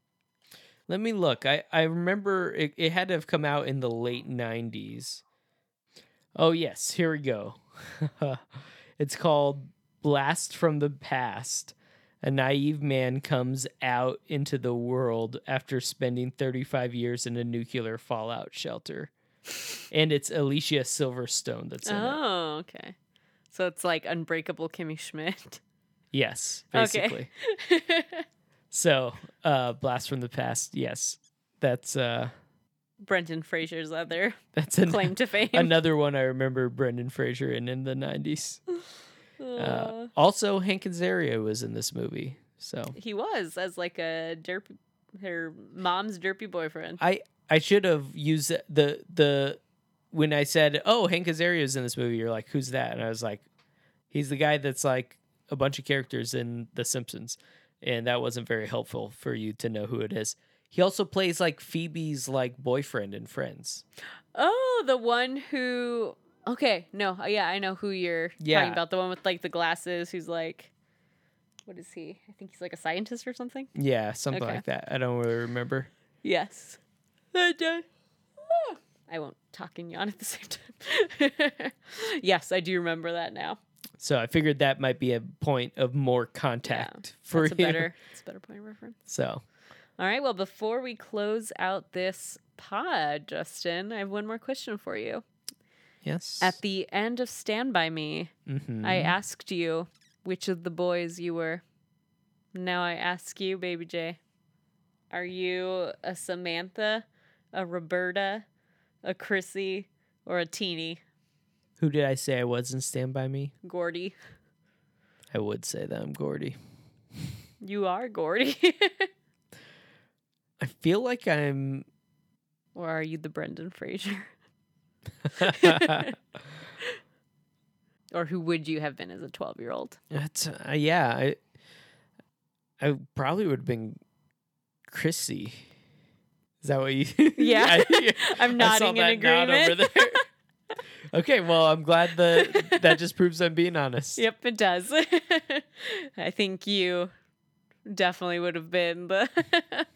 Speaker 2: Let me look. I I remember it, it had to have come out in the late '90s. Oh yes, here we go. it's called "Blast from the Past." A naive man comes out into the world after spending 35 years in a nuclear fallout shelter, and it's Alicia Silverstone that's in it.
Speaker 1: Oh, okay. So it's like Unbreakable Kimmy Schmidt.
Speaker 2: Yes,
Speaker 1: Okay.
Speaker 2: basically. So, uh, "Blast from the Past." Yes, that's uh,
Speaker 1: Brendan Fraser's other
Speaker 2: that's an,
Speaker 1: claim to fame.
Speaker 2: another one I remember Brendan Fraser in in the 90s. Uh,
Speaker 1: Uh,
Speaker 2: also, Hank Azaria was in this movie. So,
Speaker 1: he was as like a derp her mom's derpy boyfriend.
Speaker 2: I I should have used the the when I said, "Oh, Hank Azaria's in this movie." You're like, "Who's that?" And I was like, "He's the guy that's like a bunch of characters in The Simpsons." And that wasn't very helpful for you to know who it is. He also plays like Phoebe's like boyfriend in Friends.
Speaker 1: Oh, the one who. Okay, no, uh, yeah, I know who you're
Speaker 2: Yeah.
Speaker 1: talking about. The one with like the glasses, who's like, what is he? I think he's like a scientist or something.
Speaker 2: Yeah, something
Speaker 1: Okay.
Speaker 2: like that. I don't really remember.
Speaker 1: Yes. That guy. Ah. I won't talk and yawn at the same time. yes, I do remember that now.
Speaker 2: So I figured that might be a point of more contact for
Speaker 1: That's a
Speaker 2: you.
Speaker 1: better, that's a better point of reference.
Speaker 2: So
Speaker 1: All right. Well, before we close out this pod, Justin, I have one more question for you.
Speaker 2: yes,
Speaker 1: At the end of Stand By Me,
Speaker 2: Mhm.
Speaker 1: I asked you which of the boys you were. Now I ask you, Baby J, are you a Samantha, a Roberta, a Chrissy, or a Teeny
Speaker 2: who did I say I was in Stand by Me?
Speaker 1: Gordy?
Speaker 2: I would say that I'm Gordy.
Speaker 1: You are Gordy.
Speaker 2: I feel like I'm.
Speaker 1: or are you the Brendan Fraser?
Speaker 2: That's,
Speaker 1: Or who would you have been as a 12 year old?
Speaker 2: uh, yeah, I, I probably would have been Chrissy. Is that what you?
Speaker 1: Yeah.
Speaker 2: I-
Speaker 1: I'm
Speaker 2: I saw
Speaker 1: nodding in
Speaker 2: that nod
Speaker 1: agreement.
Speaker 2: over there. okay, well, I'm glad that that just proves I'm being honest.
Speaker 1: Yep, it does. I think you definitely would have been the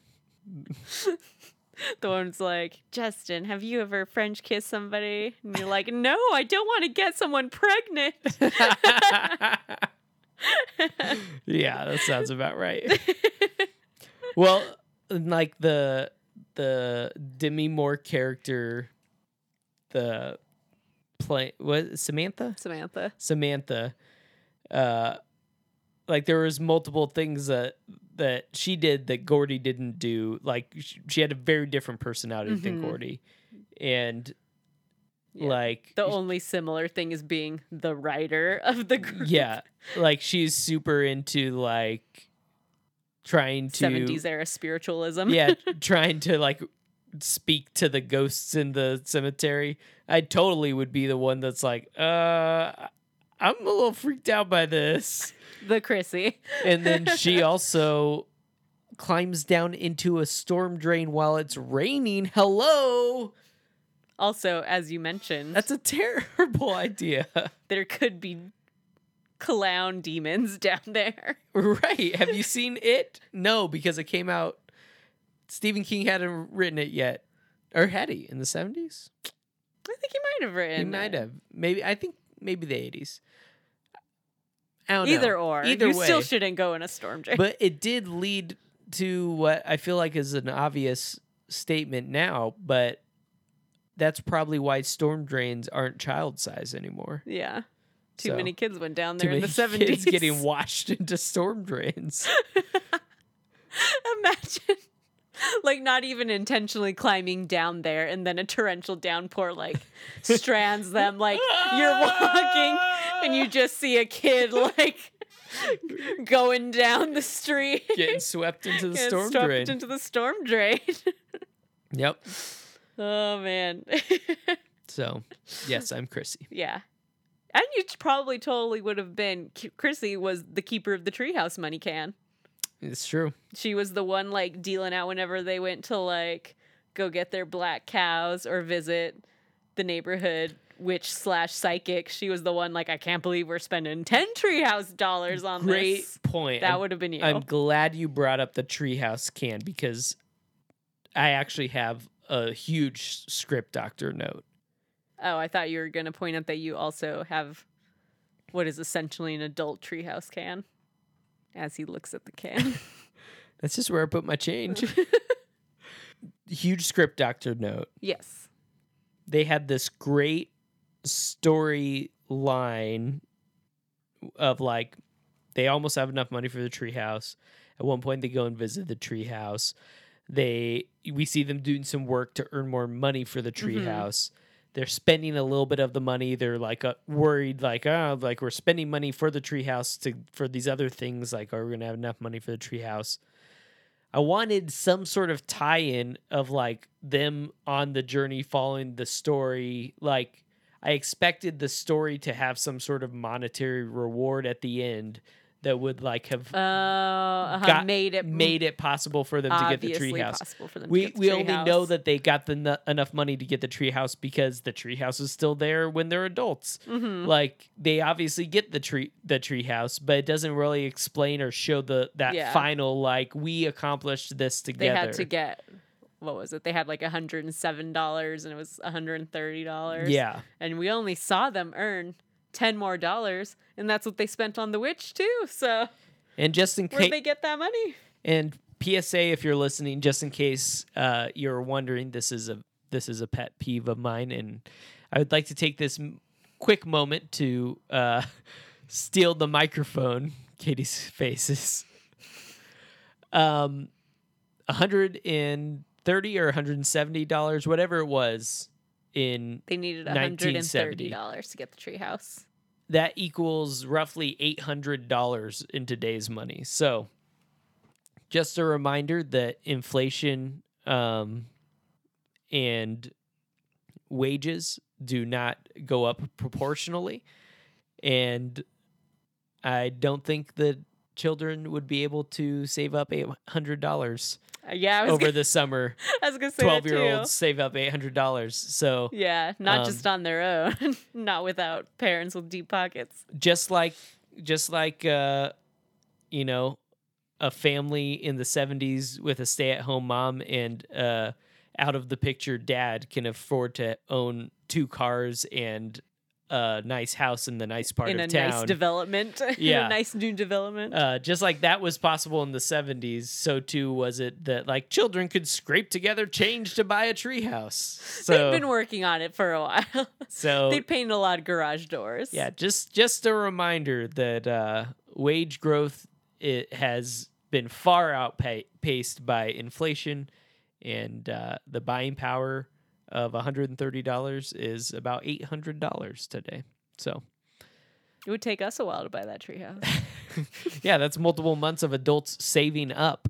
Speaker 1: the one's like, Justin, have you ever French kissed somebody? And you're like, No, I don't want to get someone pregnant.
Speaker 2: yeah, that sounds about right. well, like the the Demi Moore character, the play was Samantha.
Speaker 1: Samantha.
Speaker 2: Samantha, uh, like there was multiple things that that she did that Gordy didn't do. Like sh- she had a very different personality than
Speaker 1: Mhm.
Speaker 2: Gordy, and
Speaker 1: Yeah.
Speaker 2: like
Speaker 1: The only similar thing is being the writer of the group.
Speaker 2: yeah, like she's super into like trying to
Speaker 1: 70s era spiritualism.
Speaker 2: yeah, trying to like speak to the ghosts in the cemetery. I totally would be the one that's like, uh, I'm a little freaked out by this.
Speaker 1: the Chrissy.
Speaker 2: and then she also climbs down into a storm drain while it's raining. Hello,
Speaker 1: Also, as you mentioned,
Speaker 2: that's a terrible idea,
Speaker 1: there could be clown demons down there.
Speaker 2: right? Have you seen it? No, because it came out. Stephen King hadn't written it yet, or had he in the seventies?
Speaker 1: I think he might have written.
Speaker 2: He might
Speaker 1: it.
Speaker 2: have. Maybe I think maybe the eighties. I don't know.
Speaker 1: Either or.
Speaker 2: Either
Speaker 1: you
Speaker 2: way,
Speaker 1: still shouldn't go in a storm drain.
Speaker 2: but it did lead to what I feel like is an obvious statement now, but that's probably why storm drains aren't child size anymore.
Speaker 1: yeah. Too
Speaker 2: So,
Speaker 1: many kids went down
Speaker 2: Too
Speaker 1: there in the
Speaker 2: many
Speaker 1: 70s.
Speaker 2: kids getting washed into storm drains.
Speaker 1: Imagine. Like not even intentionally climbing down there and then a torrential downpour like strands them like you're walking and you just see a kid like going down the street
Speaker 2: getting swept into the
Speaker 1: Gets
Speaker 2: storm
Speaker 1: swept
Speaker 2: drain.
Speaker 1: into the storm drain.
Speaker 2: yep.
Speaker 1: oh man.
Speaker 2: So, yes, I'm Chrissy.
Speaker 1: Yeah. And you t- probably totally would have been. K- Chrissy was the keeper of the treehouse money can.
Speaker 2: It's true.
Speaker 1: She was the one like dealing out whenever they went to like go get their black cows or visit the neighborhood witch slash psychic. She was the one like I can't believe we're spending ten treehouse dollars on
Speaker 2: Great
Speaker 1: this.
Speaker 2: point.
Speaker 1: That
Speaker 2: I'm,
Speaker 1: would have been you.
Speaker 2: I'm glad you brought up the treehouse can because I actually have a huge script doctor note.
Speaker 1: oh, I thought you were gonna point out that you also have what is essentially an adult treehouse can. As he looks at the can.
Speaker 2: That's just where I put my change. Huge script doctor note.
Speaker 1: yes.
Speaker 2: They had this great storyline of like they almost have enough money for the treehouse. At one point, they go and visit the treehouse. They we see them doing some work to earn more money for the
Speaker 1: Mhm.
Speaker 2: treehouse. They're spending a little bit of the money. They're like uh, worried, like oh, like we're spending money for the treehouse to for these other things. Like, are we gonna have enough money for the treehouse? I wanted some sort of tie-in of like them on the journey following the story. Like I expected the story to have some sort of monetary reward at the end that would like have
Speaker 1: Oh, uh-huh,
Speaker 2: Got-
Speaker 1: made it
Speaker 2: made it possible for them to get the
Speaker 1: obviously
Speaker 2: treehouse.
Speaker 1: possible for them. to
Speaker 2: We
Speaker 1: get the
Speaker 2: we only know
Speaker 1: treehouse.
Speaker 2: that they got the nu- enough money to get the treehouse because the treehouse is still there when they're adults.
Speaker 1: Mhm.
Speaker 2: Like they obviously get the tree the treehouse, but it doesn't really explain or show the that
Speaker 1: Yeah.
Speaker 2: final like we accomplished this together.
Speaker 1: they had to get what was it? They had like hundred and seven dollars, and it was hundred and thirty dollars.
Speaker 2: Yeah,
Speaker 1: and we only saw them earn ten more dollars, and that's what they spent on the witch too. So
Speaker 2: and just in
Speaker 1: where'd
Speaker 2: case
Speaker 1: they get that money?
Speaker 2: and PSA if you're listening, just in case uh, you're wondering, this is a this is a pet peeve of mine, and I would like to take this m- quick moment to uh, steal the microphone. Katie's faces. Um, hundred and thirty or hundred and seventy dollars, whatever it was, in
Speaker 1: They needed hundred and thirty
Speaker 2: 1970.
Speaker 1: dollars to get the treehouse.
Speaker 2: that equals roughly $800 in today's money. So, just a reminder that inflation um, and wages do not go up proportionally. And I don't think that children would be able to save up $800
Speaker 1: Uh, yeah, I was,
Speaker 2: over
Speaker 1: gonna,
Speaker 2: the summer.
Speaker 1: I was gonna say
Speaker 2: 12
Speaker 1: 12
Speaker 2: year olds save up $800. So,
Speaker 1: Yeah, not
Speaker 2: Um,
Speaker 1: just on their own, not without parents with deep pockets.
Speaker 2: just like just like uh you know a family in the 70s with a stay-at-home mom and uh out of the picture dad can afford to own two cars and a nice house in the nice part
Speaker 1: in
Speaker 2: of
Speaker 1: a
Speaker 2: town
Speaker 1: nice development. in
Speaker 2: Yeah.
Speaker 1: a nice new development.
Speaker 2: uh, just like that was possible in the 70s so too was it that like children could scrape together change to buy a treehouse so
Speaker 1: They've been working on it for a while.
Speaker 2: so
Speaker 1: They'd painted a lot of garage doors.
Speaker 2: Yeah, just just a reminder that uh, wage growth it has been far outpaced by inflation, and uh, the buying power of one hundred and thirty dollars is about eight hundred dollars today. So
Speaker 1: It would take us a while to buy that treehouse.
Speaker 2: yeah, that's multiple months of adults saving up.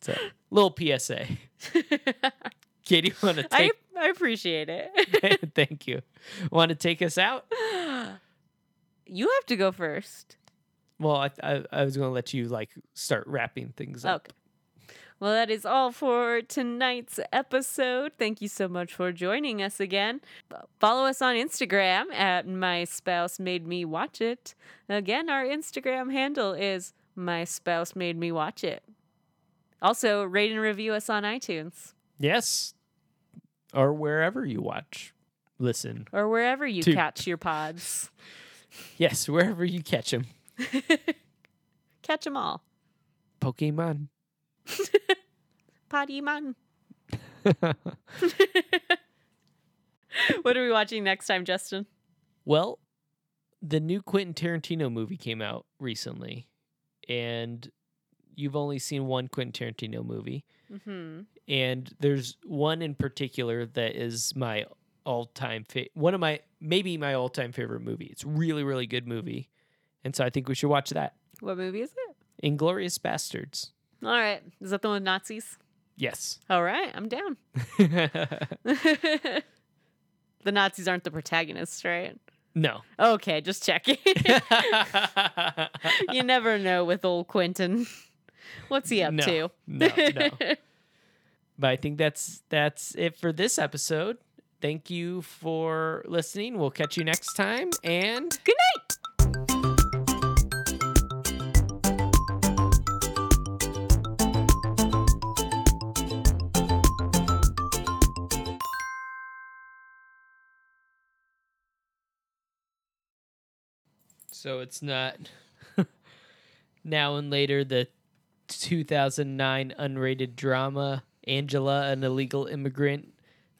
Speaker 2: so little PSA, Katie, want to
Speaker 1: I,
Speaker 2: take?
Speaker 1: I appreciate it.
Speaker 2: thank you. Want to take us out?
Speaker 1: you have to go first.
Speaker 2: Well, I I, I was going to let you like start wrapping things up.
Speaker 1: Okay. Well, that is all for tonight's episode. Thank you so much for joining us again. Follow us on Instagram at My Spouse Made Me Watch It. Again, our Instagram handle is My Spouse Made Me Watch It. Also, rate and review us on iTunes
Speaker 2: Yes. Or wherever you watch, listen.
Speaker 1: or wherever you
Speaker 2: Toot.
Speaker 1: catch your pods.
Speaker 2: Yes, wherever you catch them.
Speaker 1: catch them all.
Speaker 2: Pokemon.
Speaker 1: Podimon. What are we watching next time, Justin?
Speaker 2: well, the new Quentin Tarantino movie came out recently, and you've only seen one Quentin Tarantino movie.
Speaker 1: Mm-hmm.
Speaker 2: and there's one in particular that is my all-time fa- one of my maybe my all-time favorite movie. It's really really good movie, and so I think we should watch that.
Speaker 1: What movie is it?
Speaker 2: Inglorious Bastards.
Speaker 1: All right. Is that the one with Nazis?
Speaker 2: Yes.
Speaker 1: All right, I'm down. the Nazis aren't the protagonists, right?
Speaker 2: no.
Speaker 1: Okay, just checking. you never know with old Quentin. What's he up
Speaker 2: No,
Speaker 1: to?
Speaker 2: no, no. But I think that's that's it for this episode. Thank you for listening. We'll catch you next time and
Speaker 1: Good night.
Speaker 2: so it's not now and later the 2009 unrated drama Angela an illegal immigrant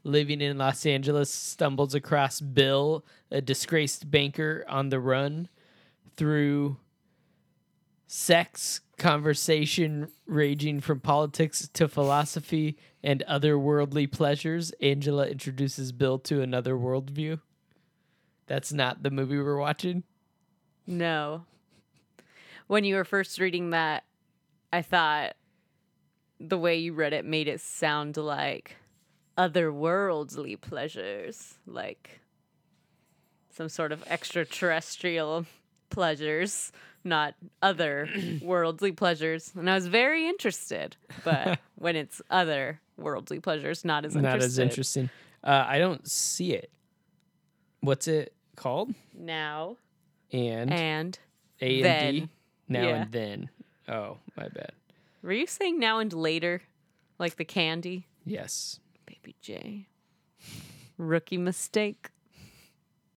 Speaker 2: living in Los Angeles stumbles across Bill, a disgraced banker on the run through sex, conversation ranging from politics to philosophy and otherworldly pleasures, Angela introduces Bill to another worldview. That's not the movie we're watching.
Speaker 1: No. When you were first reading that, I thought the way you read it made it sound like otherworldly pleasures, like some sort of extraterrestrial pleasures, not other worldly pleasures. And I was very interested, but when it's other worldly pleasures, not as interested.
Speaker 2: Not as interesting. Uh, I don't see it. What's it called?
Speaker 1: Now
Speaker 2: And,
Speaker 1: and
Speaker 2: A and D.
Speaker 1: then.
Speaker 2: Now
Speaker 1: Yeah.
Speaker 2: and then. Oh, my bad.
Speaker 1: were you saying now and later, like the candy?
Speaker 2: Yes.
Speaker 1: Baby J. Rookie mistake.